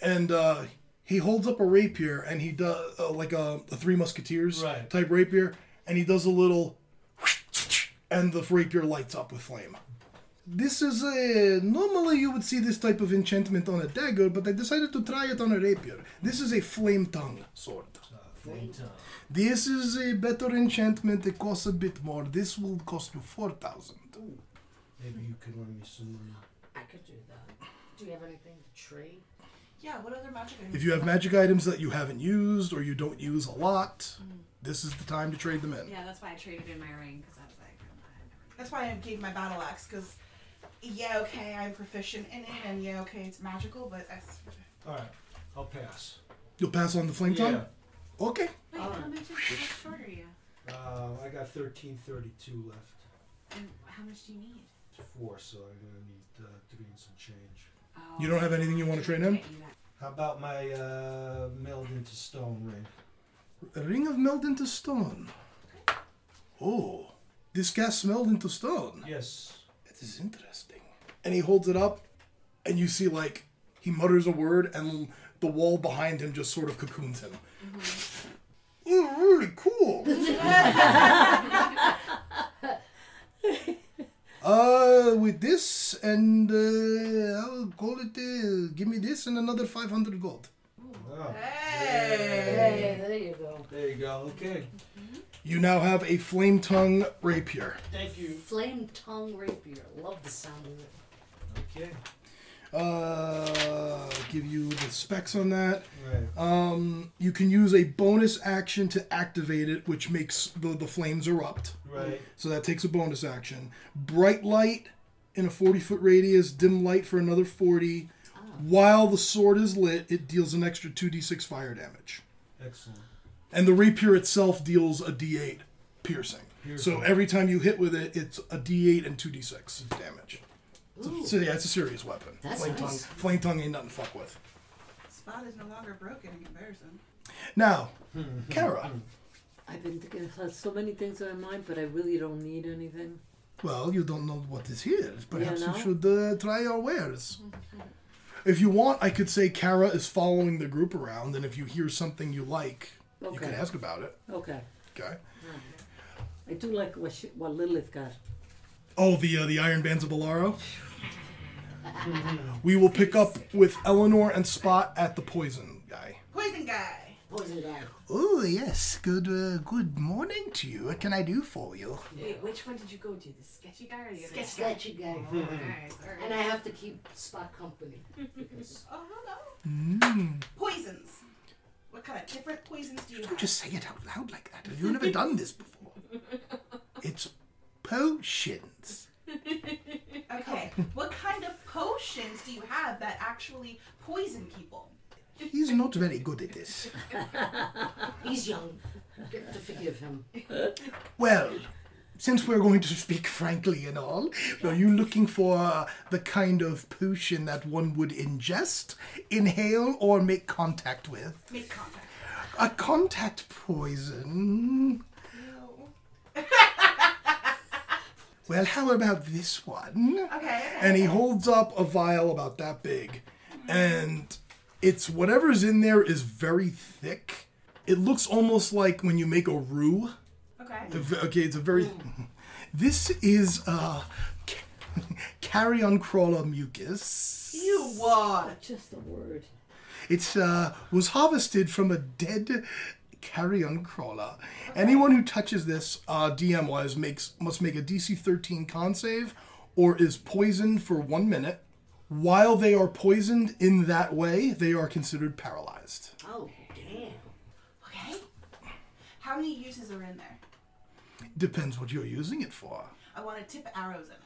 [SPEAKER 1] And uh, he holds up a rapier and he does uh, like a, a Three Musketeers
[SPEAKER 6] Right.
[SPEAKER 1] type rapier, and he does a little, and the rapier lights up with flame. This is a normally you would see this type of enchantment on a dagger, but I decided to try it on a rapier. This is a flame tongue sword.
[SPEAKER 6] Uh, flame tongue.
[SPEAKER 1] This is a better enchantment. It costs a bit more. This will cost you four thousand.
[SPEAKER 6] Maybe you could lend me some money.
[SPEAKER 5] I could do that. Do you have anything to trade?
[SPEAKER 4] Yeah, what other magic items?
[SPEAKER 1] If you have
[SPEAKER 4] do
[SPEAKER 1] magic items that you haven't used or you don't use a lot, this is the time to trade them in.
[SPEAKER 2] Yeah, that's why I traded in my ring because I was like, I'm not- I'm never
[SPEAKER 4] That's why I gave my battle axe, because, yeah, okay, I'm proficient in it, and yeah, okay, it's magical, but that's.
[SPEAKER 6] All right, I'll pass.
[SPEAKER 1] You'll pass on the flame
[SPEAKER 6] yeah,
[SPEAKER 1] tongue? Okay.
[SPEAKER 2] Wait, how much is how short are you?
[SPEAKER 6] uh, I got thirteen thirty-two left.
[SPEAKER 2] And how much do you need?
[SPEAKER 6] Four, so I'm gonna need uh, three and some change.
[SPEAKER 2] Oh,
[SPEAKER 1] You don't have anything you want to trade in?
[SPEAKER 2] Get Oh, you that.
[SPEAKER 6] How about my uh, meld into stone ring?
[SPEAKER 1] Ring of meld into stone. Oh, this gas smelled into stone.
[SPEAKER 6] Yes.
[SPEAKER 1] That is interesting. And he holds it up, and you see, like, he mutters a word, and the wall behind him just sort of cocoons him. Oh, really cool. uh, with this, and uh, I'll call it, uh, give me this and another 500 gold.
[SPEAKER 6] Oh.
[SPEAKER 4] Hey!
[SPEAKER 5] there you go.
[SPEAKER 6] There you go. Okay.
[SPEAKER 1] You now have a flame tongue rapier.
[SPEAKER 6] Thank you.
[SPEAKER 5] Flame tongue rapier. Love the sound of it.
[SPEAKER 6] Okay.
[SPEAKER 1] Uh, give you the specs on that.
[SPEAKER 6] Right.
[SPEAKER 1] Um, you can use a bonus action to activate it, which makes the, the flames erupt.
[SPEAKER 6] Right.
[SPEAKER 1] So that takes a bonus action. Bright light in a 40 foot radius, dim light for another 40. While the sword is lit, it deals an extra 2d6 fire damage.
[SPEAKER 6] Excellent.
[SPEAKER 1] And the rapier itself deals a d8 piercing. So
[SPEAKER 6] Piercing.
[SPEAKER 1] every time you hit with it, it's a d8 and 2d6 damage.
[SPEAKER 5] Ooh,
[SPEAKER 1] So yeah, it's a serious weapon.
[SPEAKER 5] That's
[SPEAKER 1] flame tongue,
[SPEAKER 5] nice.
[SPEAKER 1] flame tongue ain't nothing to fuck with.
[SPEAKER 4] Spot is no longer broken in comparison.
[SPEAKER 1] Now, Kara.
[SPEAKER 7] I've been thinking I've had so many things on my mind, but I really don't need anything.
[SPEAKER 1] Well, you don't know what is here. Perhaps you,
[SPEAKER 7] know?
[SPEAKER 1] should uh, try our wares. If you want, I could say Kara is following the group around, and if you hear something you like, you
[SPEAKER 7] Okay.
[SPEAKER 1] can ask about it.
[SPEAKER 7] Okay.
[SPEAKER 1] Okay.
[SPEAKER 7] I do like what, she, what Lilith got.
[SPEAKER 1] Oh, the uh, the Iron Bands of Bolaro. we will pick up with Eleanor and Spot at the poison guy.
[SPEAKER 4] Poison guy!
[SPEAKER 5] poison guy.
[SPEAKER 1] Oh yes, good uh, good morning to you. What can I do for you?
[SPEAKER 2] Wait, which one did you go to? The sketchy guy or the other
[SPEAKER 5] Sketch sketchy guy.
[SPEAKER 2] guy? Alright, alright.
[SPEAKER 5] And I have to keep Spot company. Because
[SPEAKER 4] Oh, hello.
[SPEAKER 1] Mm.
[SPEAKER 4] Poisons! What kind of different poisons do you
[SPEAKER 1] Don't
[SPEAKER 4] have?
[SPEAKER 1] just say it out loud like that. Have you never done this before? It's potions.
[SPEAKER 4] Okay, what kind of potions do you have that actually poison people?
[SPEAKER 1] He's not very good at this.
[SPEAKER 5] he's young. You have to forgive him.
[SPEAKER 1] Well, since we're going to speak frankly and all, are you looking for the kind of potion that one would ingest, inhale, or make contact with?
[SPEAKER 4] Make contact.
[SPEAKER 1] A contact poison. Well, how about this one?
[SPEAKER 4] Okay,
[SPEAKER 1] and he holds up a vial about that big and it's whatever's in there is very thick it looks almost like when you make a roux
[SPEAKER 4] okay.
[SPEAKER 1] A v- okay it's a very this is uh carry on crawler mucus
[SPEAKER 4] You what?
[SPEAKER 7] Just a word.
[SPEAKER 1] it uh, was harvested from a dead carrion crawler. Anyone who touches this, uh, DM wise, makes must make a DC 13 con save, or is poisoned for one minute. While they are poisoned in that way, they are considered paralyzed.
[SPEAKER 5] Oh, damn.
[SPEAKER 4] Okay. How many uses are in there?
[SPEAKER 1] Depends what you're using it for.
[SPEAKER 4] I want to tip arrows in it.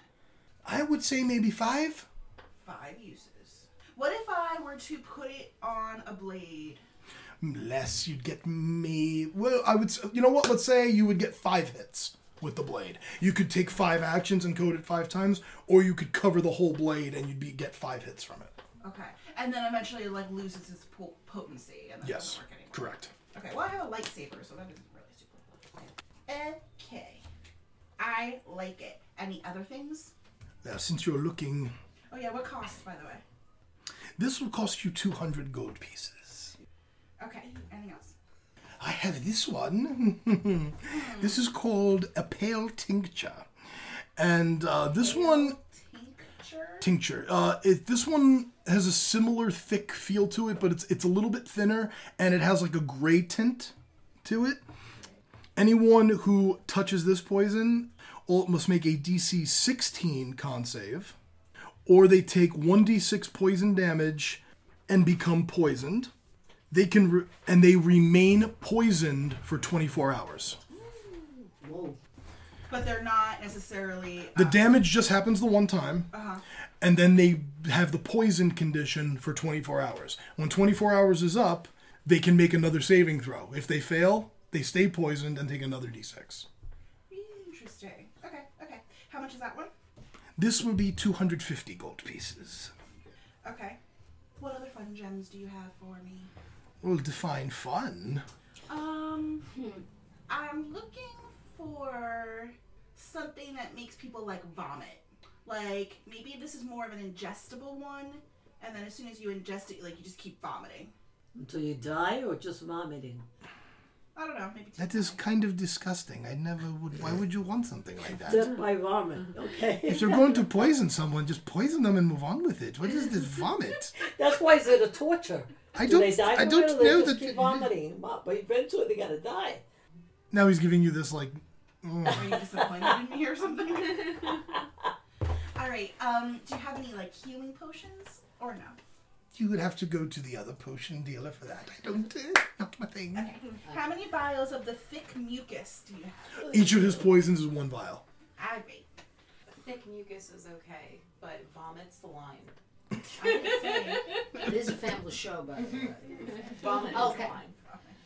[SPEAKER 1] I would say maybe five.
[SPEAKER 4] Five uses. What if I were to put it on a blade?
[SPEAKER 1] Unless you'd get me. Well, I would. s- You know what? Let's say you would get five hits with the blade. You could take five actions and code it five times, or you could cover the whole blade and you'd be get five hits from it.
[SPEAKER 4] Okay. And then eventually it like loses its po- potency and then it
[SPEAKER 1] Yes,
[SPEAKER 4] doesn't work anymore.
[SPEAKER 1] correct.
[SPEAKER 4] Okay, well I have a lightsaber, so that isn't really super. Okay. I like it. Any other things?
[SPEAKER 1] Now, since you're looking,
[SPEAKER 4] Oh yeah, what cost by the way?
[SPEAKER 1] this will cost you 200 gold pieces.
[SPEAKER 4] Okay. Anything else?
[SPEAKER 1] I have this one. this is called a pale tincture. And uh, this one
[SPEAKER 4] Tincture?
[SPEAKER 1] tincture. Uh, it, this one has a similar thick feel to it, but it's it's a little bit thinner and it has like a gray tint to it. Anyone who touches this poison all, must make a DC 16 con save, or they take 1d6 poison damage and become poisoned. They can re- and they remain poisoned for 24 hours.
[SPEAKER 5] Whoa.
[SPEAKER 4] But they're not necessarily.
[SPEAKER 1] The damage just happens the one time,
[SPEAKER 4] Uh huh.
[SPEAKER 1] and then they have the poison condition for 24 hours. When 24 hours is up, they can make another saving throw. If they fail, they stay poisoned and take another d6.
[SPEAKER 4] Interesting. Okay. Okay. How much is that one?
[SPEAKER 1] This would be 250 gold pieces.
[SPEAKER 4] Okay. What other fun gems do you have for me?
[SPEAKER 1] Well, define fun.
[SPEAKER 4] Um, I'm looking for something that makes people like vomit. Like maybe this is more of an ingestible one, and then as soon as you ingest it, like you just keep vomiting.
[SPEAKER 7] Until you die or just vomiting?
[SPEAKER 4] I don't know. Maybe
[SPEAKER 1] That is kind of disgusting. I never would. Why would you want something like
[SPEAKER 5] Uh-huh.
[SPEAKER 1] that?
[SPEAKER 7] Death by vomit. Okay.
[SPEAKER 1] If you're going to poison someone, just poison them and move on with it. What is this vomit?
[SPEAKER 7] That's why is it a torture?
[SPEAKER 1] I
[SPEAKER 7] Do they
[SPEAKER 1] don't.
[SPEAKER 7] die
[SPEAKER 1] I
[SPEAKER 7] from it
[SPEAKER 1] don't
[SPEAKER 7] or they
[SPEAKER 1] know
[SPEAKER 7] just
[SPEAKER 1] that.
[SPEAKER 7] keep vomiting, but eventually they gotta die.
[SPEAKER 1] Now he's giving you this like. mm.
[SPEAKER 4] Are you disappointed in me or something? All right. Um, do you have any like healing potions or no?
[SPEAKER 1] You would have to go to the other potion dealer for that. I don't. eh, Not my thing.
[SPEAKER 4] Okay. How many vials of the thick mucus do you have? Ah,
[SPEAKER 1] Each of his poisons is one vial.
[SPEAKER 4] I agree.
[SPEAKER 8] Thick mucus is okay, but vomit's the line.
[SPEAKER 5] It is a family show, by the way.
[SPEAKER 8] Vomit is the
[SPEAKER 5] Mm-hmm. Okay.
[SPEAKER 8] line.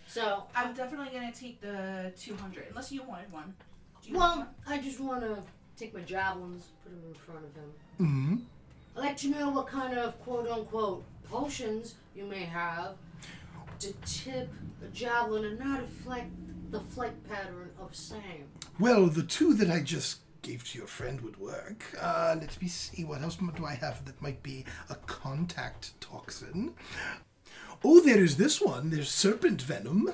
[SPEAKER 5] So,
[SPEAKER 4] I'm definitely gonna take the 200, unless you wanted one. Do you want
[SPEAKER 5] well,
[SPEAKER 4] one?
[SPEAKER 5] I just want to take my javelins, put them in front of him.
[SPEAKER 1] Mm-hmm.
[SPEAKER 5] I'd like to know what kind of quote unquote potions you may have to tip a javelin and not affect the flight pattern of same.
[SPEAKER 1] Well, the two that I just gave to your friend would work. Uh, let me see, what else do I have that might be a contact toxin? Oh, there is this one. There's serpent venom.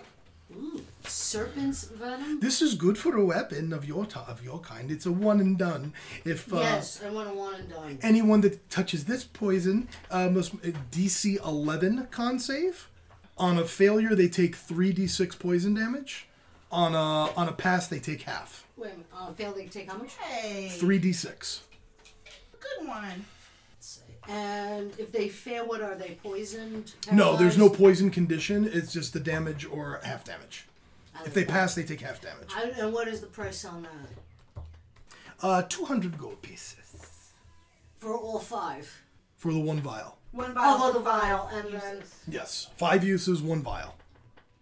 [SPEAKER 5] Ooh, serpent's venom?
[SPEAKER 1] This is good for a weapon of your ti of your kind. It's a one and done. If uh,
[SPEAKER 5] Yes, I want a one and done.
[SPEAKER 1] anyone that touches this poison uh, must uh, DC 11 con save. On a failure, they take three d6 poison damage. On a on a pass, they take half.
[SPEAKER 5] Wait a minute, uh, fail they take how much?
[SPEAKER 4] Hey,
[SPEAKER 1] Three d6.
[SPEAKER 4] good one.
[SPEAKER 5] And if they fail, what are they? Poisoned?
[SPEAKER 1] No, there's
[SPEAKER 5] paralyzed?
[SPEAKER 1] no poison condition. It's just the damage or half damage.
[SPEAKER 5] I
[SPEAKER 1] If they
[SPEAKER 5] like
[SPEAKER 1] pass, they take half damage.
[SPEAKER 5] that. I- and what is the price on that?
[SPEAKER 1] Uh, 200 gold pieces
[SPEAKER 5] For all five.
[SPEAKER 1] for the one vial.
[SPEAKER 4] One
[SPEAKER 5] Oh,
[SPEAKER 4] vial.
[SPEAKER 5] for the vial, and then.
[SPEAKER 4] Uses.
[SPEAKER 1] Yes, five uses, one vial.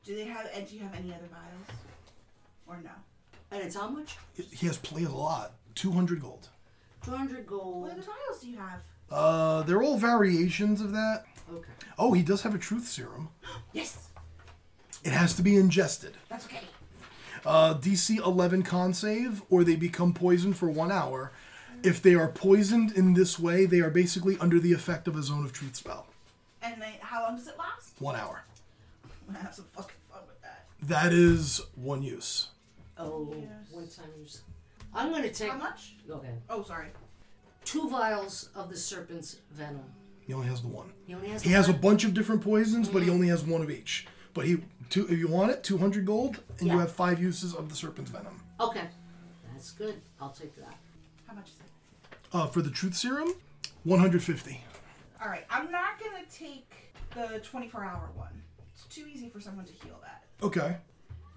[SPEAKER 4] Do they have? And do you have any other vials? Or no?
[SPEAKER 5] And it's how much?
[SPEAKER 1] He has played a lot. 200 gold.
[SPEAKER 5] 200
[SPEAKER 4] What other
[SPEAKER 5] gold.
[SPEAKER 4] vials do you have?
[SPEAKER 1] Uh, they're all variations of that.
[SPEAKER 5] Okay.
[SPEAKER 1] Oh, he does have a truth serum.
[SPEAKER 4] Yes,
[SPEAKER 1] It has to be ingested.
[SPEAKER 4] that's okay.
[SPEAKER 1] Uh, DC 11 con save, or they become poisoned for one hour. If they are poisoned in this way, they are basically under the effect of a zone of truth spell.
[SPEAKER 4] And they, how long does it last?
[SPEAKER 1] One hour.
[SPEAKER 4] I'm gonna have some fucking fun with that.
[SPEAKER 1] That is one use.
[SPEAKER 5] Oh,
[SPEAKER 4] Yes.
[SPEAKER 5] one time use. I'm going to take
[SPEAKER 4] How much?
[SPEAKER 5] okay.
[SPEAKER 4] Oh, sorry.
[SPEAKER 5] two vials of the serpent's venom.
[SPEAKER 1] He only has the one.
[SPEAKER 5] He only has,
[SPEAKER 1] He
[SPEAKER 5] the
[SPEAKER 1] has a
[SPEAKER 5] one-
[SPEAKER 1] bunch of different poisons, but he only has one of each. But he, two, if you want it, two hundred gold, and you
[SPEAKER 5] Yeah.
[SPEAKER 1] have five uses of the serpent's venom.
[SPEAKER 5] Okay. That's good. I'll take that.
[SPEAKER 4] How much is it?
[SPEAKER 1] Uh, for the truth serum, one hundred fifty.
[SPEAKER 4] All right, I'm not gonna take the 24 hour one. It's too easy for someone to heal that.
[SPEAKER 1] Okay,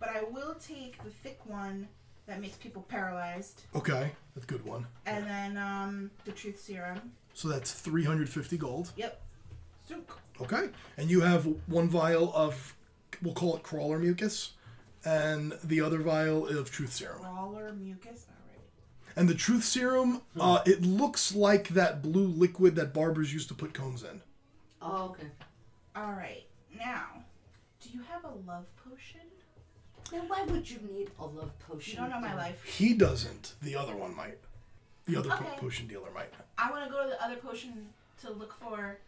[SPEAKER 4] But I will take the thick one that makes people paralyzed,
[SPEAKER 1] okay, that's a good one.
[SPEAKER 4] and then um, the truth serum.
[SPEAKER 1] So that's three hundred fifty gold.
[SPEAKER 4] Yep. Zook.
[SPEAKER 1] Okay, and you have one vial of, we'll call it crawler mucus, and the other vial of truth serum.
[SPEAKER 4] Brawler mucus. All right.
[SPEAKER 1] And the truth serum, uh, it looks like that blue liquid that barbers used to put combs in.
[SPEAKER 5] Oh, okay.
[SPEAKER 4] All right. Now, do you have a love potion?
[SPEAKER 5] Now, why would you need a love
[SPEAKER 4] You
[SPEAKER 5] potion?
[SPEAKER 4] don't know my life.
[SPEAKER 1] He doesn't. The other one might. The other po-
[SPEAKER 4] Okay.
[SPEAKER 1] potion dealer might.
[SPEAKER 4] I want to go to the other potion to look for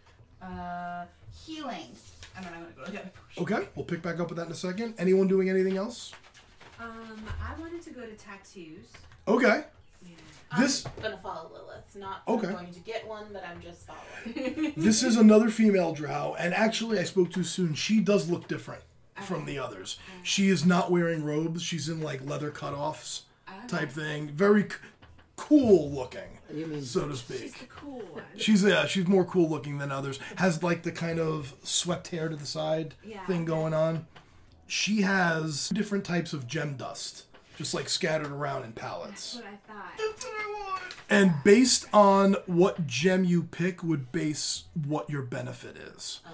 [SPEAKER 4] uh, healing, and then I'm gonna go to the other potion.
[SPEAKER 1] Okay, we'll pick back up with that in a second. Anyone doing anything else?
[SPEAKER 2] Um, I wanted to go to tattoos.
[SPEAKER 1] Okay.
[SPEAKER 2] Yeah.
[SPEAKER 1] This
[SPEAKER 8] I'm gonna follow Lilith. Not
[SPEAKER 1] Okay.
[SPEAKER 8] I'm going to get one, but I'm just following.
[SPEAKER 1] this is another female drow, and actually I spoke too soon. She does look different from the others. She is not wearing robes. She's in like leather cutoffs
[SPEAKER 2] Okay.
[SPEAKER 1] type thing. Very c- cool looking,
[SPEAKER 7] You mean
[SPEAKER 1] so to
[SPEAKER 2] She's the
[SPEAKER 1] speak.
[SPEAKER 2] cool one.
[SPEAKER 1] She's yeah, she's more cool looking than others. Has like the kind of swept hair to the side
[SPEAKER 2] Yeah.
[SPEAKER 1] thing going on. She has different types of gem dust, just like scattered around in
[SPEAKER 2] That's
[SPEAKER 1] pallets.
[SPEAKER 2] what I thought.
[SPEAKER 1] And based on what gem you pick, would base what your benefit is.
[SPEAKER 5] Oh,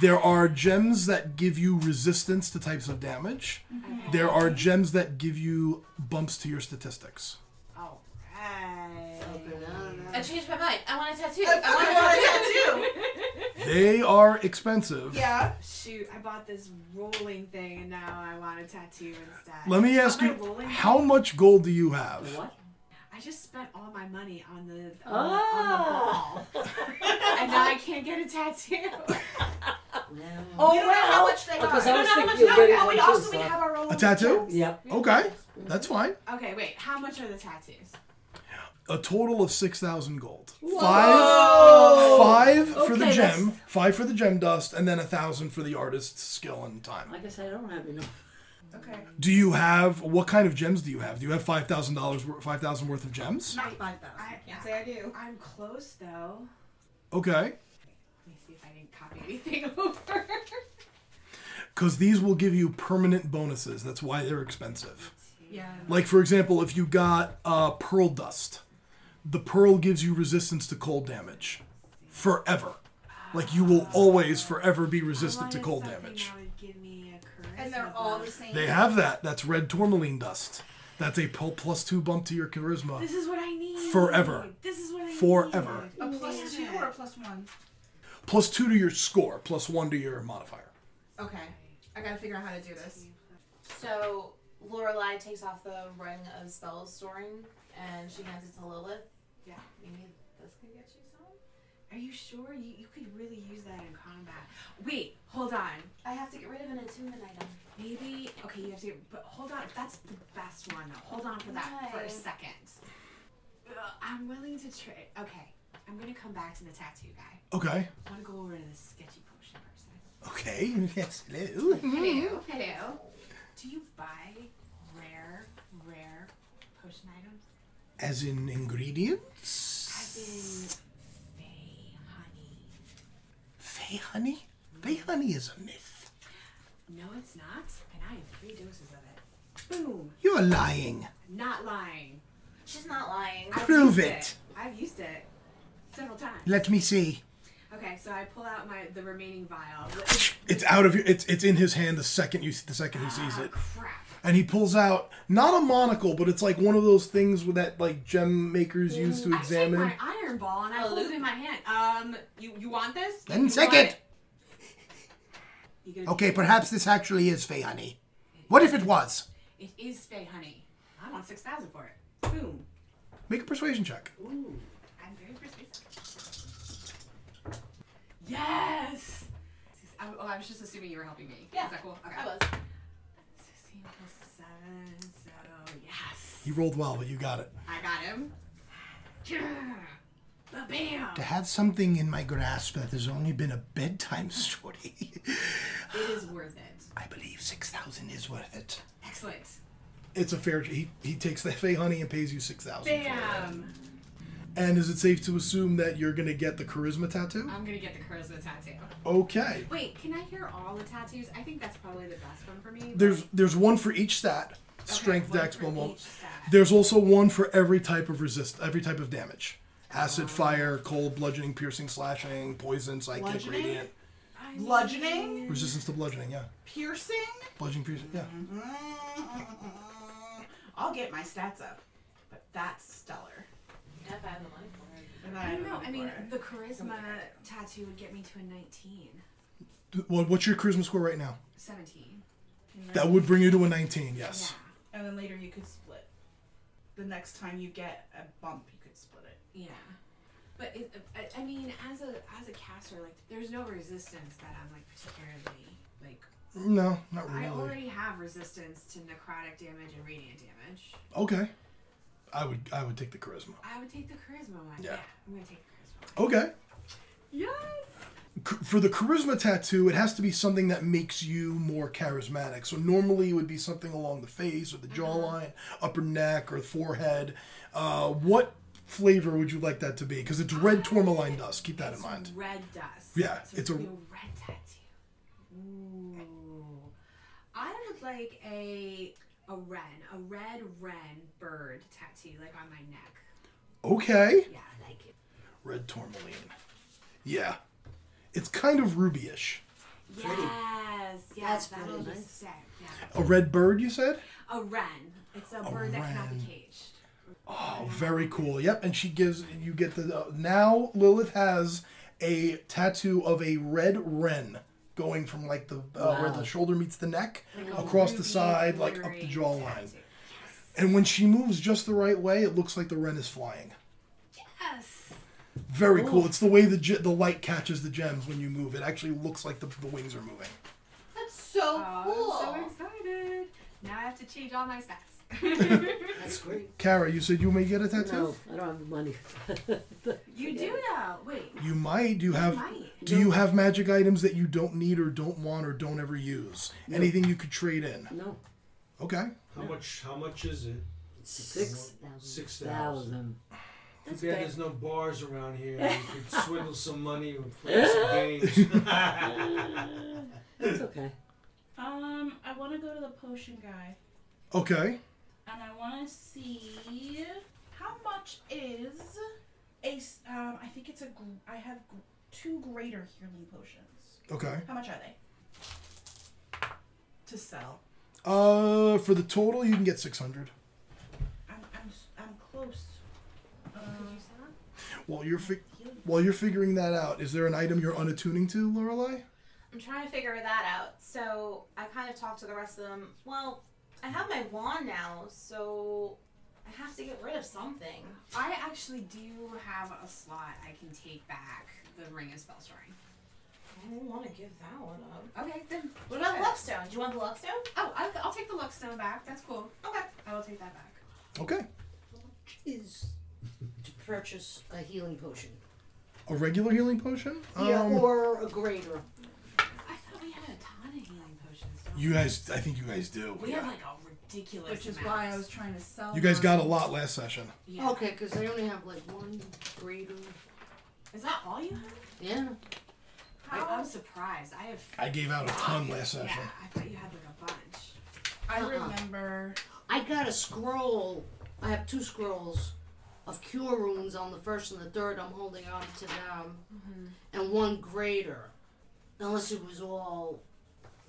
[SPEAKER 1] There are gems that give you resistance to types of damage. There are gems that give you bumps to your statistics.
[SPEAKER 2] All oh, right.
[SPEAKER 5] Okay, no, no.
[SPEAKER 8] I changed my mind. I want a tattoo.
[SPEAKER 4] I
[SPEAKER 8] I want a tattoo.
[SPEAKER 4] want a tattoo.
[SPEAKER 1] They are expensive.
[SPEAKER 4] Yeah.
[SPEAKER 2] Shoot, I bought this rolling thing and now I want a tattoo instead.
[SPEAKER 1] Let me ask
[SPEAKER 2] Am I
[SPEAKER 1] you,
[SPEAKER 2] rolling?
[SPEAKER 1] how much gold do you have?
[SPEAKER 7] what?
[SPEAKER 2] I just spent all my money on the on,
[SPEAKER 4] Oh.
[SPEAKER 2] the- on the ball, and now I can't get a tattoo.
[SPEAKER 7] No.
[SPEAKER 4] Oh, you don't know how much they
[SPEAKER 7] Because
[SPEAKER 4] are.
[SPEAKER 7] I was
[SPEAKER 4] You don't know
[SPEAKER 7] thinking
[SPEAKER 4] how
[SPEAKER 7] of
[SPEAKER 4] much
[SPEAKER 7] getting
[SPEAKER 4] no,
[SPEAKER 7] one
[SPEAKER 4] we
[SPEAKER 7] too,
[SPEAKER 4] also we
[SPEAKER 7] so-
[SPEAKER 4] have our own.
[SPEAKER 1] A tattoo?
[SPEAKER 7] Yep.
[SPEAKER 1] Okay, that's fine.
[SPEAKER 2] Okay, wait. How much are the tattoos?
[SPEAKER 1] A total of six thousand gold.
[SPEAKER 7] Oh.
[SPEAKER 1] Five, five for the
[SPEAKER 7] Okay,
[SPEAKER 1] gem, five for the gem dust, and then a thousand for the artist's skill and time.
[SPEAKER 7] I guess I don't have enough.
[SPEAKER 4] Okay.
[SPEAKER 1] Do you have what kind of gems do you have? Do you have five thousand dollars, five thousand worth of gems?
[SPEAKER 4] Not five thousand. I can't say I do.
[SPEAKER 2] I'm close though.
[SPEAKER 1] Okay,
[SPEAKER 2] Let me see if I didn't copy anything over.
[SPEAKER 1] because these will give you permanent bonuses. That's why they're expensive.
[SPEAKER 4] Yeah.
[SPEAKER 1] Like for example, if you got uh, pearl dust, the pearl gives you resistance to cold damage forever. Like you will always forever be resistant to
[SPEAKER 2] Wanted
[SPEAKER 1] cold
[SPEAKER 2] something
[SPEAKER 1] damage.
[SPEAKER 2] That would give me a charisma
[SPEAKER 4] And they're all the
[SPEAKER 2] bonus.
[SPEAKER 4] same.
[SPEAKER 1] They have that. That's red tourmaline dust. That's a pl- plus two bump to your charisma.
[SPEAKER 2] This is what I need.
[SPEAKER 1] Forever.
[SPEAKER 2] This is what I
[SPEAKER 1] Forever.
[SPEAKER 2] need.
[SPEAKER 4] a plus two
[SPEAKER 2] Damn
[SPEAKER 4] or a
[SPEAKER 2] it.
[SPEAKER 4] plus one.
[SPEAKER 1] Plus two to your score, plus one to your modifier.
[SPEAKER 4] Okay. I gotta figure out how to do this.
[SPEAKER 8] So Lorelai takes off the ring of spell storing and she hands it to Lilith.
[SPEAKER 2] Yeah.
[SPEAKER 8] Maybe this could get you some.
[SPEAKER 2] Are you sure you, you could really use that in combat? Wait, hold on.
[SPEAKER 8] I have to get rid of an attunement item.
[SPEAKER 2] Maybe okay, you have to. Get, but hold on, that's the best one. Though. Hold on for that for
[SPEAKER 8] Why?
[SPEAKER 2] a second. Ugh, I'm willing to trade. Okay, I'm gonna come back to the tattoo guy.
[SPEAKER 1] Okay.
[SPEAKER 2] I want to go over to this sketchy potion
[SPEAKER 1] Okay.
[SPEAKER 2] person.
[SPEAKER 1] Yes. Hello.
[SPEAKER 2] Hello, hello. Do you buy rare, rare potion items?
[SPEAKER 1] As in
[SPEAKER 2] As
[SPEAKER 1] ingredients?
[SPEAKER 2] in fey honey.
[SPEAKER 1] Fey honey? Fey honey is a myth.
[SPEAKER 2] No, it's not. And I have three doses of it. Boom.
[SPEAKER 1] You're lying.
[SPEAKER 2] Not lying.
[SPEAKER 8] She's not lying.
[SPEAKER 2] I've
[SPEAKER 1] Prove
[SPEAKER 2] used
[SPEAKER 1] it.
[SPEAKER 2] I've used it several times.
[SPEAKER 1] Let me see.
[SPEAKER 2] Okay, so I pull out my the remaining vial.
[SPEAKER 1] It's out of your. It's it's in his hand the second you the second he sees it,
[SPEAKER 2] ah, Crap.
[SPEAKER 1] and he pulls out not a monocle, but it's like one of those things with that like gem makers use to
[SPEAKER 2] Mm, I
[SPEAKER 1] examine.
[SPEAKER 2] take my iron ball and I hold it in my hand. Um, you you want this?
[SPEAKER 1] Ten
[SPEAKER 2] You want
[SPEAKER 1] second.
[SPEAKER 2] it? You gonna-
[SPEAKER 1] Okay, perhaps this actually is fey honey. What if it was?
[SPEAKER 2] It is Fey honey. I want six thousand for it. Boom.
[SPEAKER 1] Make a persuasion check.
[SPEAKER 7] Ooh.
[SPEAKER 2] I'm very persuasive. Yes. I, oh, I was just assuming you were helping me.
[SPEAKER 8] Yeah,
[SPEAKER 2] Is that cool? Okay.
[SPEAKER 8] I was.
[SPEAKER 2] Sixteen plus seven, so yes.
[SPEAKER 1] He rolled well, but you got it.
[SPEAKER 2] I got him. Yeah. Bam.
[SPEAKER 1] To have something in my grasp that has only been a bedtime story,
[SPEAKER 2] It is worth it.
[SPEAKER 1] I believe 6,000 is worth it.
[SPEAKER 2] Excellent.
[SPEAKER 1] It's a fair. He, he takes the fey honey and pays you 6,000. for it.
[SPEAKER 2] Bam.
[SPEAKER 1] And is it safe to assume that you're going to get the charisma tattoo?
[SPEAKER 2] I'm gonna get the charisma tattoo.
[SPEAKER 1] Okay.
[SPEAKER 2] Wait, can I hear all the tattoos? I think that's probably the best one for me.
[SPEAKER 1] There's
[SPEAKER 2] but-
[SPEAKER 1] there's one for each stat.
[SPEAKER 2] Okay,
[SPEAKER 1] Strength,
[SPEAKER 2] one
[SPEAKER 1] dex,
[SPEAKER 2] for
[SPEAKER 1] blah, blah.
[SPEAKER 2] each stat.
[SPEAKER 1] There's also one for every type of resist, every type of damage. Acid, fire, cold, bludgeoning, piercing, slashing, poison, psychic,
[SPEAKER 4] Bludgeoning?
[SPEAKER 1] radiant.
[SPEAKER 2] I mean,
[SPEAKER 4] Bludgeoning,
[SPEAKER 1] Resistance to bludgeoning, yeah.
[SPEAKER 4] piercing. Mm-hmm.
[SPEAKER 1] Bludgeoning, piercing, yeah.
[SPEAKER 4] I'll get my stats up, but that's stellar.
[SPEAKER 8] If I have the money for it.
[SPEAKER 4] And
[SPEAKER 2] I don't
[SPEAKER 4] have
[SPEAKER 2] know.
[SPEAKER 4] it
[SPEAKER 2] I mean,
[SPEAKER 4] for it.
[SPEAKER 2] the charisma tattoo would get me to a 19.
[SPEAKER 1] What, what's your charisma score right now?
[SPEAKER 2] 17.
[SPEAKER 1] That would bring you to a 19,
[SPEAKER 2] Yeah.
[SPEAKER 1] yes.
[SPEAKER 4] and then later you could split. The next time you get a bump, you could split it.
[SPEAKER 2] Yeah. But it, I- I mean, as a as a caster, like there's no resistance that I'm like particularly like.
[SPEAKER 1] No, not
[SPEAKER 2] I
[SPEAKER 1] really.
[SPEAKER 2] already have resistance to necrotic damage and radiant damage.
[SPEAKER 1] Okay. I would I would take the charisma.
[SPEAKER 2] I would take the charisma one.
[SPEAKER 1] Yeah.
[SPEAKER 2] I'm gonna take the charisma. One.
[SPEAKER 1] Okay.
[SPEAKER 2] Yes.
[SPEAKER 1] c- for the charisma tattoo, it has to be something that makes you more charismatic. So normally it would be something along the face or the jawline, upper neck or forehead. Uh, what flavor would you like that to be? Because it's red tourmaline dust. Keep that in
[SPEAKER 2] It's
[SPEAKER 1] mind.
[SPEAKER 2] Red dust.
[SPEAKER 1] Yeah,
[SPEAKER 2] it's,
[SPEAKER 1] it's
[SPEAKER 2] a
[SPEAKER 1] a-
[SPEAKER 2] real red tattoo. Ooh. I would like a a wren, a red wren bird tattoo, like on my neck.
[SPEAKER 1] Okay.
[SPEAKER 2] Yeah, I like it.
[SPEAKER 1] Red tourmaline. Yeah. It's kind of rubyish.
[SPEAKER 7] Pretty.
[SPEAKER 2] Yes, yes,
[SPEAKER 5] That's
[SPEAKER 2] that'll
[SPEAKER 5] pretty
[SPEAKER 2] be
[SPEAKER 5] nice.
[SPEAKER 2] sick. Yeah.
[SPEAKER 1] A red bird, you said?
[SPEAKER 2] A wren. It's a, bird that cannot be
[SPEAKER 1] wren.
[SPEAKER 2] caged.
[SPEAKER 1] Oh, very cool. Yep, and she gives you get the uh, now Lilith has a tattoo of a red wren going from like the uh, where
[SPEAKER 7] Wow.
[SPEAKER 1] the shoulder meets the neck
[SPEAKER 2] Like a
[SPEAKER 1] across the
[SPEAKER 2] ruby
[SPEAKER 1] side like up the
[SPEAKER 2] glittery
[SPEAKER 1] jawline.
[SPEAKER 2] tattoo.
[SPEAKER 1] And when she moves just the right way, it looks like the wren is flying.
[SPEAKER 2] Yes.
[SPEAKER 1] Very cool. It's the way the ge- the light catches the gems when you move. It actually looks like the, the wings are moving.
[SPEAKER 3] That's so cool.
[SPEAKER 2] Oh, I'm so excited. Now I have to change all my stats.
[SPEAKER 5] That's great.
[SPEAKER 1] Kara, you said you may get a tattoo?
[SPEAKER 7] No, I don't have the money.
[SPEAKER 2] you do though. Wait.
[SPEAKER 1] You might. You have.
[SPEAKER 2] might.
[SPEAKER 1] Do you have magic items that you don't need or don't want or don't ever use? Anything you could trade in?
[SPEAKER 7] No,
[SPEAKER 1] Okay.
[SPEAKER 6] How much? How much is it?
[SPEAKER 7] six thousand.
[SPEAKER 6] Six thousand. Too bad there's no bars around here. You could swindle some money or play some games.
[SPEAKER 7] It's okay.
[SPEAKER 4] Um, I want to go to the potion guy,
[SPEAKER 1] Okay.
[SPEAKER 4] and I want to see how much is a. s- Um, I think it's a. gr- I have gr- two greater healing potions.
[SPEAKER 1] Okay.
[SPEAKER 4] How much are they? To sell.
[SPEAKER 1] Uh, for the total, you can get six hundred.
[SPEAKER 4] I'm I'm s- I'm close. Um,
[SPEAKER 1] While you're fi-
[SPEAKER 4] healing.
[SPEAKER 1] while you're figuring that out, is there an item you're unattuning to, Lorelai?
[SPEAKER 8] I'm trying to figure that out. So I kind of talked to the rest of them. Well, I have my wand now, so I have to get rid of something.
[SPEAKER 2] I actually do have a slot I can take back the Ring of Spellstoring.
[SPEAKER 8] I don't want to give that one up.
[SPEAKER 2] Okay, then.
[SPEAKER 8] What about
[SPEAKER 2] Okay.
[SPEAKER 8] the Luckstone? Do you want the Luckstone?
[SPEAKER 2] Oh, I'll, I'll take the Luckstone back. That's cool.
[SPEAKER 8] Okay.
[SPEAKER 2] I will take that back.
[SPEAKER 1] Okay.
[SPEAKER 5] Is to purchase a healing potion.
[SPEAKER 1] A regular healing potion? Um,
[SPEAKER 5] yeah,
[SPEAKER 7] Um,
[SPEAKER 5] or a greater.
[SPEAKER 2] I thought we had a ton of healing potions. Don't
[SPEAKER 1] you guys, I think you guys do.
[SPEAKER 2] we? We have like a ridiculous.
[SPEAKER 4] Which is
[SPEAKER 2] amount.
[SPEAKER 4] why I was trying to sell.
[SPEAKER 1] You guys
[SPEAKER 4] mine.
[SPEAKER 1] got a lot last session.
[SPEAKER 2] Yeah.
[SPEAKER 5] Okay, because I only have like one greater.
[SPEAKER 2] Is that all you have?
[SPEAKER 5] Yeah.
[SPEAKER 2] How? I'm surprised. I have.
[SPEAKER 1] I gave out a ton last
[SPEAKER 2] Yeah,
[SPEAKER 1] session.
[SPEAKER 2] I thought you had like a bunch.
[SPEAKER 4] I
[SPEAKER 5] Uh-uh.
[SPEAKER 4] remember.
[SPEAKER 5] I got a scroll. I have two scrolls of cure runes on the first and the third. I'm holding on to them,
[SPEAKER 7] Mm-hmm.
[SPEAKER 5] and one greater. Unless it was all,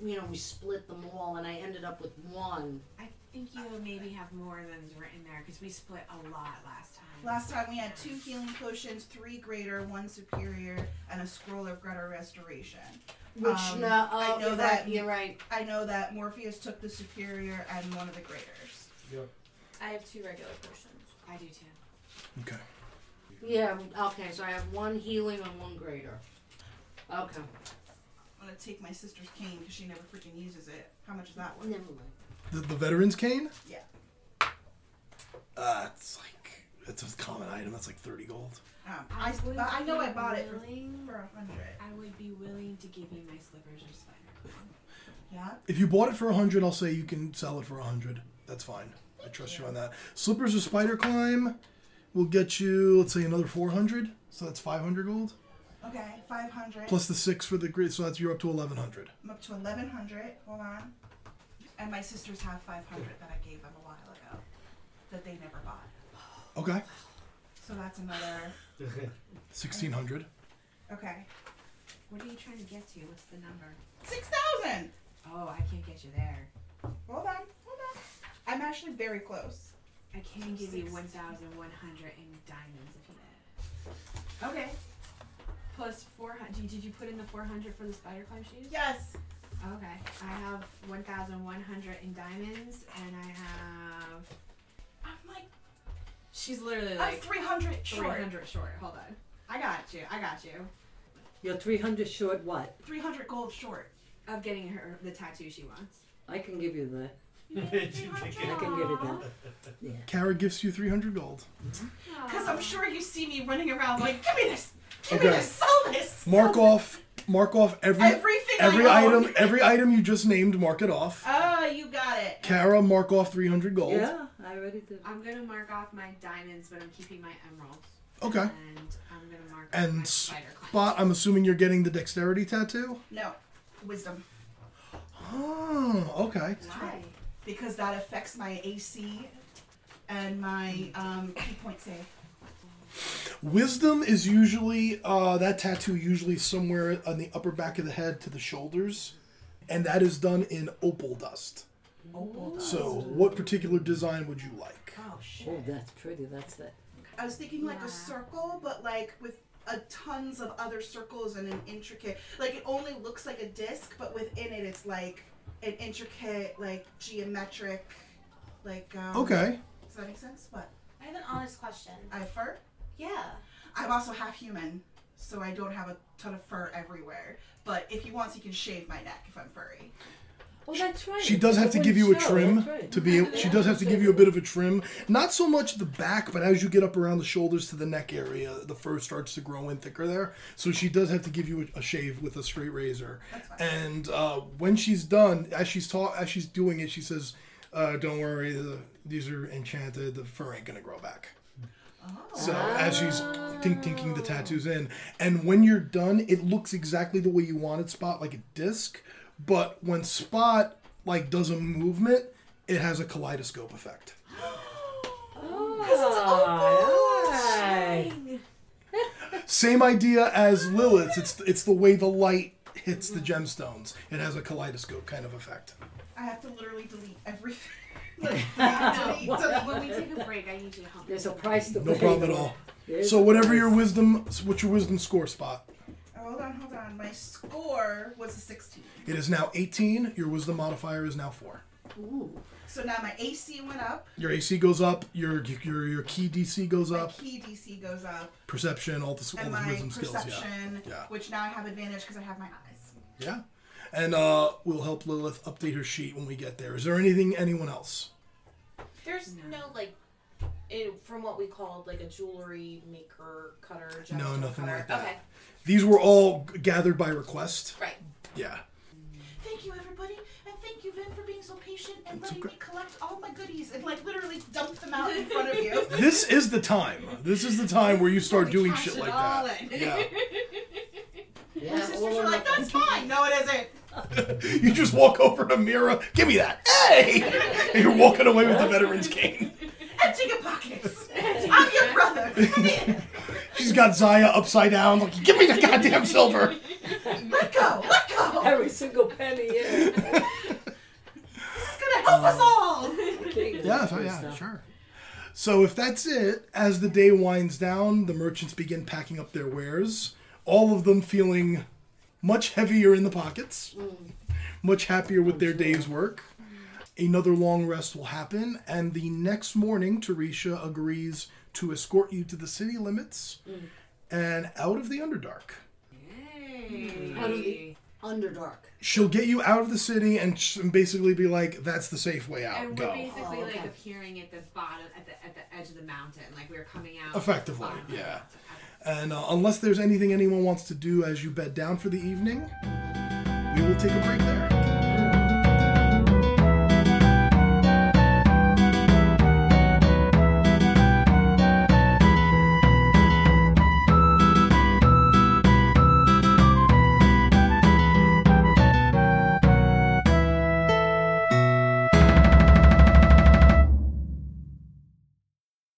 [SPEAKER 5] you know, we split them all, and I ended up with one.
[SPEAKER 2] I think you maybe have more than's written there because we split a lot last time.
[SPEAKER 4] Last time we had two healing potions, three greater, one superior, and a scroll of greater restoration.
[SPEAKER 5] Which
[SPEAKER 4] Um,
[SPEAKER 5] no,
[SPEAKER 4] I
[SPEAKER 5] oh,
[SPEAKER 4] know
[SPEAKER 5] you're
[SPEAKER 4] that-
[SPEAKER 5] right, you're right.
[SPEAKER 4] I know that Morpheus took the superior and one of the graders.
[SPEAKER 8] I have two regular potions.
[SPEAKER 2] I do too.
[SPEAKER 1] Okay.
[SPEAKER 5] Yeah. Okay. So I have one healing and one greater. Okay.
[SPEAKER 4] I'm gonna take my sister's cane because she never freaking uses it. How much is that one?
[SPEAKER 5] Never mind.
[SPEAKER 1] The, the veterans cane?
[SPEAKER 4] Yeah.
[SPEAKER 1] Uh, it's like it's a common item. That's like thirty gold.
[SPEAKER 4] Um, I,
[SPEAKER 2] would
[SPEAKER 4] but I know
[SPEAKER 2] be
[SPEAKER 4] I bought it for,
[SPEAKER 2] willing-
[SPEAKER 4] for a hundred.
[SPEAKER 2] I would be willing to give you my slippers or sweater.
[SPEAKER 4] Yeah.
[SPEAKER 1] If you bought it for a hundred, I'll say you can sell it for a hundred. That's fine. I trust you on that. Slippers or spider climb will get you, let's say, another four hundred. So that's five hundred gold
[SPEAKER 4] Okay, five hundred.
[SPEAKER 1] plus the six for the grid. So that's you're up to eleven hundred.
[SPEAKER 4] I'm up to eleven hundred. Hold on. And my sisters have five hundred that I gave them a while ago, that they never bought.
[SPEAKER 1] Okay,
[SPEAKER 4] So that's another.
[SPEAKER 1] sixteen hundred.
[SPEAKER 4] Okay.
[SPEAKER 2] What are you trying to get to? What's the number?
[SPEAKER 4] Six thousand.
[SPEAKER 2] Oh, I can't get you there.
[SPEAKER 4] Hold on, hold on. I'm actually very close.
[SPEAKER 2] I can give you
[SPEAKER 4] Six.
[SPEAKER 2] 1,100 in diamonds if you need it. Okay. Plus 400. Did you- Did you put in the 400 for the spider climb shoes?
[SPEAKER 4] Yes.
[SPEAKER 2] Okay. I have 1,100 in diamonds, and I have.
[SPEAKER 4] I'm like,
[SPEAKER 2] She's literally
[SPEAKER 4] I'm
[SPEAKER 2] like
[SPEAKER 4] 300 short.
[SPEAKER 2] 300 short. Hold on. I got you. I got you.
[SPEAKER 7] You're 300 short what?
[SPEAKER 4] 300 gold short.
[SPEAKER 2] Of getting her the tattoo she wants.
[SPEAKER 7] I can give you that. I
[SPEAKER 4] Because
[SPEAKER 7] can give you that.
[SPEAKER 1] Kara gives you three hundred gold.
[SPEAKER 4] Uh. I'm sure you see me running around like, give me this. Give me
[SPEAKER 1] Okay.
[SPEAKER 4] this. Sell this.
[SPEAKER 1] Mark off Mark off every every,
[SPEAKER 4] Everything I own.
[SPEAKER 1] item, every item you just named. Mark it off.
[SPEAKER 4] Oh, you got it.
[SPEAKER 1] Kara, mark off three hundred gold.
[SPEAKER 7] Yeah, I already did.
[SPEAKER 2] I'm gonna mark off my diamonds, but I'm keeping my emeralds.
[SPEAKER 1] Okay.
[SPEAKER 2] And I'm gonna mark off my
[SPEAKER 1] And
[SPEAKER 2] spider
[SPEAKER 1] spot. I'm assuming you're getting the dexterity tattoo.
[SPEAKER 4] No, wisdom.
[SPEAKER 1] Oh, okay.
[SPEAKER 2] climb. Why?
[SPEAKER 4] Because that affects my AC and my um, key point save.
[SPEAKER 1] Wisdom is usually uh, that tattoo usually somewhere on the upper back of the head to the shoulders, and that is done in opal dust.
[SPEAKER 4] Opal dust.
[SPEAKER 1] So, what particular design would you like?
[SPEAKER 4] Oh shit.
[SPEAKER 7] Oh, that's pretty. That's that.
[SPEAKER 4] I was thinking like
[SPEAKER 2] Yeah.
[SPEAKER 4] a circle, but like with a tons of other circles and an intricate. Like it only looks like a disc, but within it, it's like an intricate, like geometric, like. Um,
[SPEAKER 1] Okay.
[SPEAKER 4] Does that make sense? What?
[SPEAKER 8] I have an honest question.
[SPEAKER 4] I have fur.
[SPEAKER 8] Yeah.
[SPEAKER 4] I'm also half human, so I don't have a ton of fur everywhere. But if he wants, he can shave my neck if I'm furry.
[SPEAKER 7] Oh, that's right.
[SPEAKER 1] She does have to give you a trim to be. able- She does have to give you a bit of a trim. Not so much the back, but as you get up around the shoulders to the neck area, the fur starts to grow in thicker there. So she does have to give you a, a shave with a straight razor.
[SPEAKER 4] That's fine.
[SPEAKER 1] And uh, when she's done, as she's ta- as she's doing it, she says, uh, "Don't worry, the, these are enchanted. The fur ain't gonna grow back."
[SPEAKER 4] Oh.
[SPEAKER 1] So as she's tink tinking the tattoos in, and when you're done, it looks exactly the way you wanted Spot, like a disc. But when Spot like does a movement, it has a kaleidoscope effect.
[SPEAKER 7] Ah,
[SPEAKER 1] Same idea as Lilith's. It's it's the way the light hits the gemstones. It has a kaleidoscope kind of effect.
[SPEAKER 4] I have to literally delete everything. Like, delete, delete.
[SPEAKER 2] When we take a break, I need you to help me.
[SPEAKER 7] There's a price to
[SPEAKER 1] No
[SPEAKER 7] pay.
[SPEAKER 1] problem at all. So whatever your wisdom, what's your wisdom score, Spot?
[SPEAKER 4] Oh, hold on, hold on. My score was a 16.
[SPEAKER 1] It is now 18. Your wisdom modifier is now four.
[SPEAKER 5] Ooh.
[SPEAKER 4] So now my AC went up,
[SPEAKER 1] Your AC goes up. Your your your key DC goes
[SPEAKER 4] my
[SPEAKER 1] up.
[SPEAKER 4] key DC goes up,
[SPEAKER 1] perception, all the, all
[SPEAKER 4] and
[SPEAKER 1] the
[SPEAKER 4] my
[SPEAKER 1] wisdom skills. Yeah.
[SPEAKER 4] perception,
[SPEAKER 1] Yeah.
[SPEAKER 4] which now I have advantage because I have my eyes.
[SPEAKER 1] Yeah. And uh, we'll help Lilith update her sheet when we get there. Is there anything anyone else?
[SPEAKER 8] There's no, like, it, from what we called like a jewelry maker cutter.
[SPEAKER 1] No,
[SPEAKER 8] gemstone
[SPEAKER 1] nothing
[SPEAKER 8] cutter.
[SPEAKER 1] like that.
[SPEAKER 8] Okay,
[SPEAKER 1] These were all g- gathered by request.
[SPEAKER 8] right.
[SPEAKER 1] Yeah.
[SPEAKER 4] Thank you, everybody, and thank you, Vin, for being so patient and
[SPEAKER 1] It's
[SPEAKER 4] letting
[SPEAKER 1] okay.
[SPEAKER 4] me collect all my goodies and like literally dump them out in front of you.
[SPEAKER 1] This is the time. This is the time where you start
[SPEAKER 4] We
[SPEAKER 1] doing
[SPEAKER 4] cash
[SPEAKER 1] shit
[SPEAKER 4] it
[SPEAKER 1] like
[SPEAKER 4] all
[SPEAKER 1] that.
[SPEAKER 4] in.
[SPEAKER 1] Yeah.
[SPEAKER 4] My
[SPEAKER 5] Yeah,
[SPEAKER 4] sisters
[SPEAKER 5] all
[SPEAKER 4] were
[SPEAKER 5] or
[SPEAKER 4] like,
[SPEAKER 5] nothing.
[SPEAKER 4] "That's fine." No, it isn't.
[SPEAKER 1] You just walk over to Mira, give me that. Hey! And you're walking away with the veteran's cane.
[SPEAKER 4] Empty your pockets. I'm your brother. Come in.
[SPEAKER 1] She's got Zaya upside down, like, give me the goddamn silver.
[SPEAKER 4] Let go. Let go.
[SPEAKER 7] Every single penny. Yeah.
[SPEAKER 4] This is gonna help us all.
[SPEAKER 7] Kidding.
[SPEAKER 1] Yeah, so, yeah, sure. So if that's it, as the day winds down, the merchants begin packing up their wares. All of them feeling much heavier in the pockets, much happier with their day's work. Another long rest will happen, and the next morning, Teresha agrees to escort you to the city limits and out of the Underdark.
[SPEAKER 5] Out of the Underdark.
[SPEAKER 1] She'll get you out of the city and, sh- and basically be like, "That's the safe way out.
[SPEAKER 2] And
[SPEAKER 1] Go."
[SPEAKER 2] we're basically
[SPEAKER 5] Oh, okay.
[SPEAKER 2] like appearing at the bottom, at the at the edge of the mountain, like we were coming out.
[SPEAKER 1] Effectively,
[SPEAKER 2] bottom of the
[SPEAKER 1] yeah.
[SPEAKER 2] mountain.
[SPEAKER 1] And uh, unless there's anything anyone wants to do as you bed down for the evening, we will take a break there.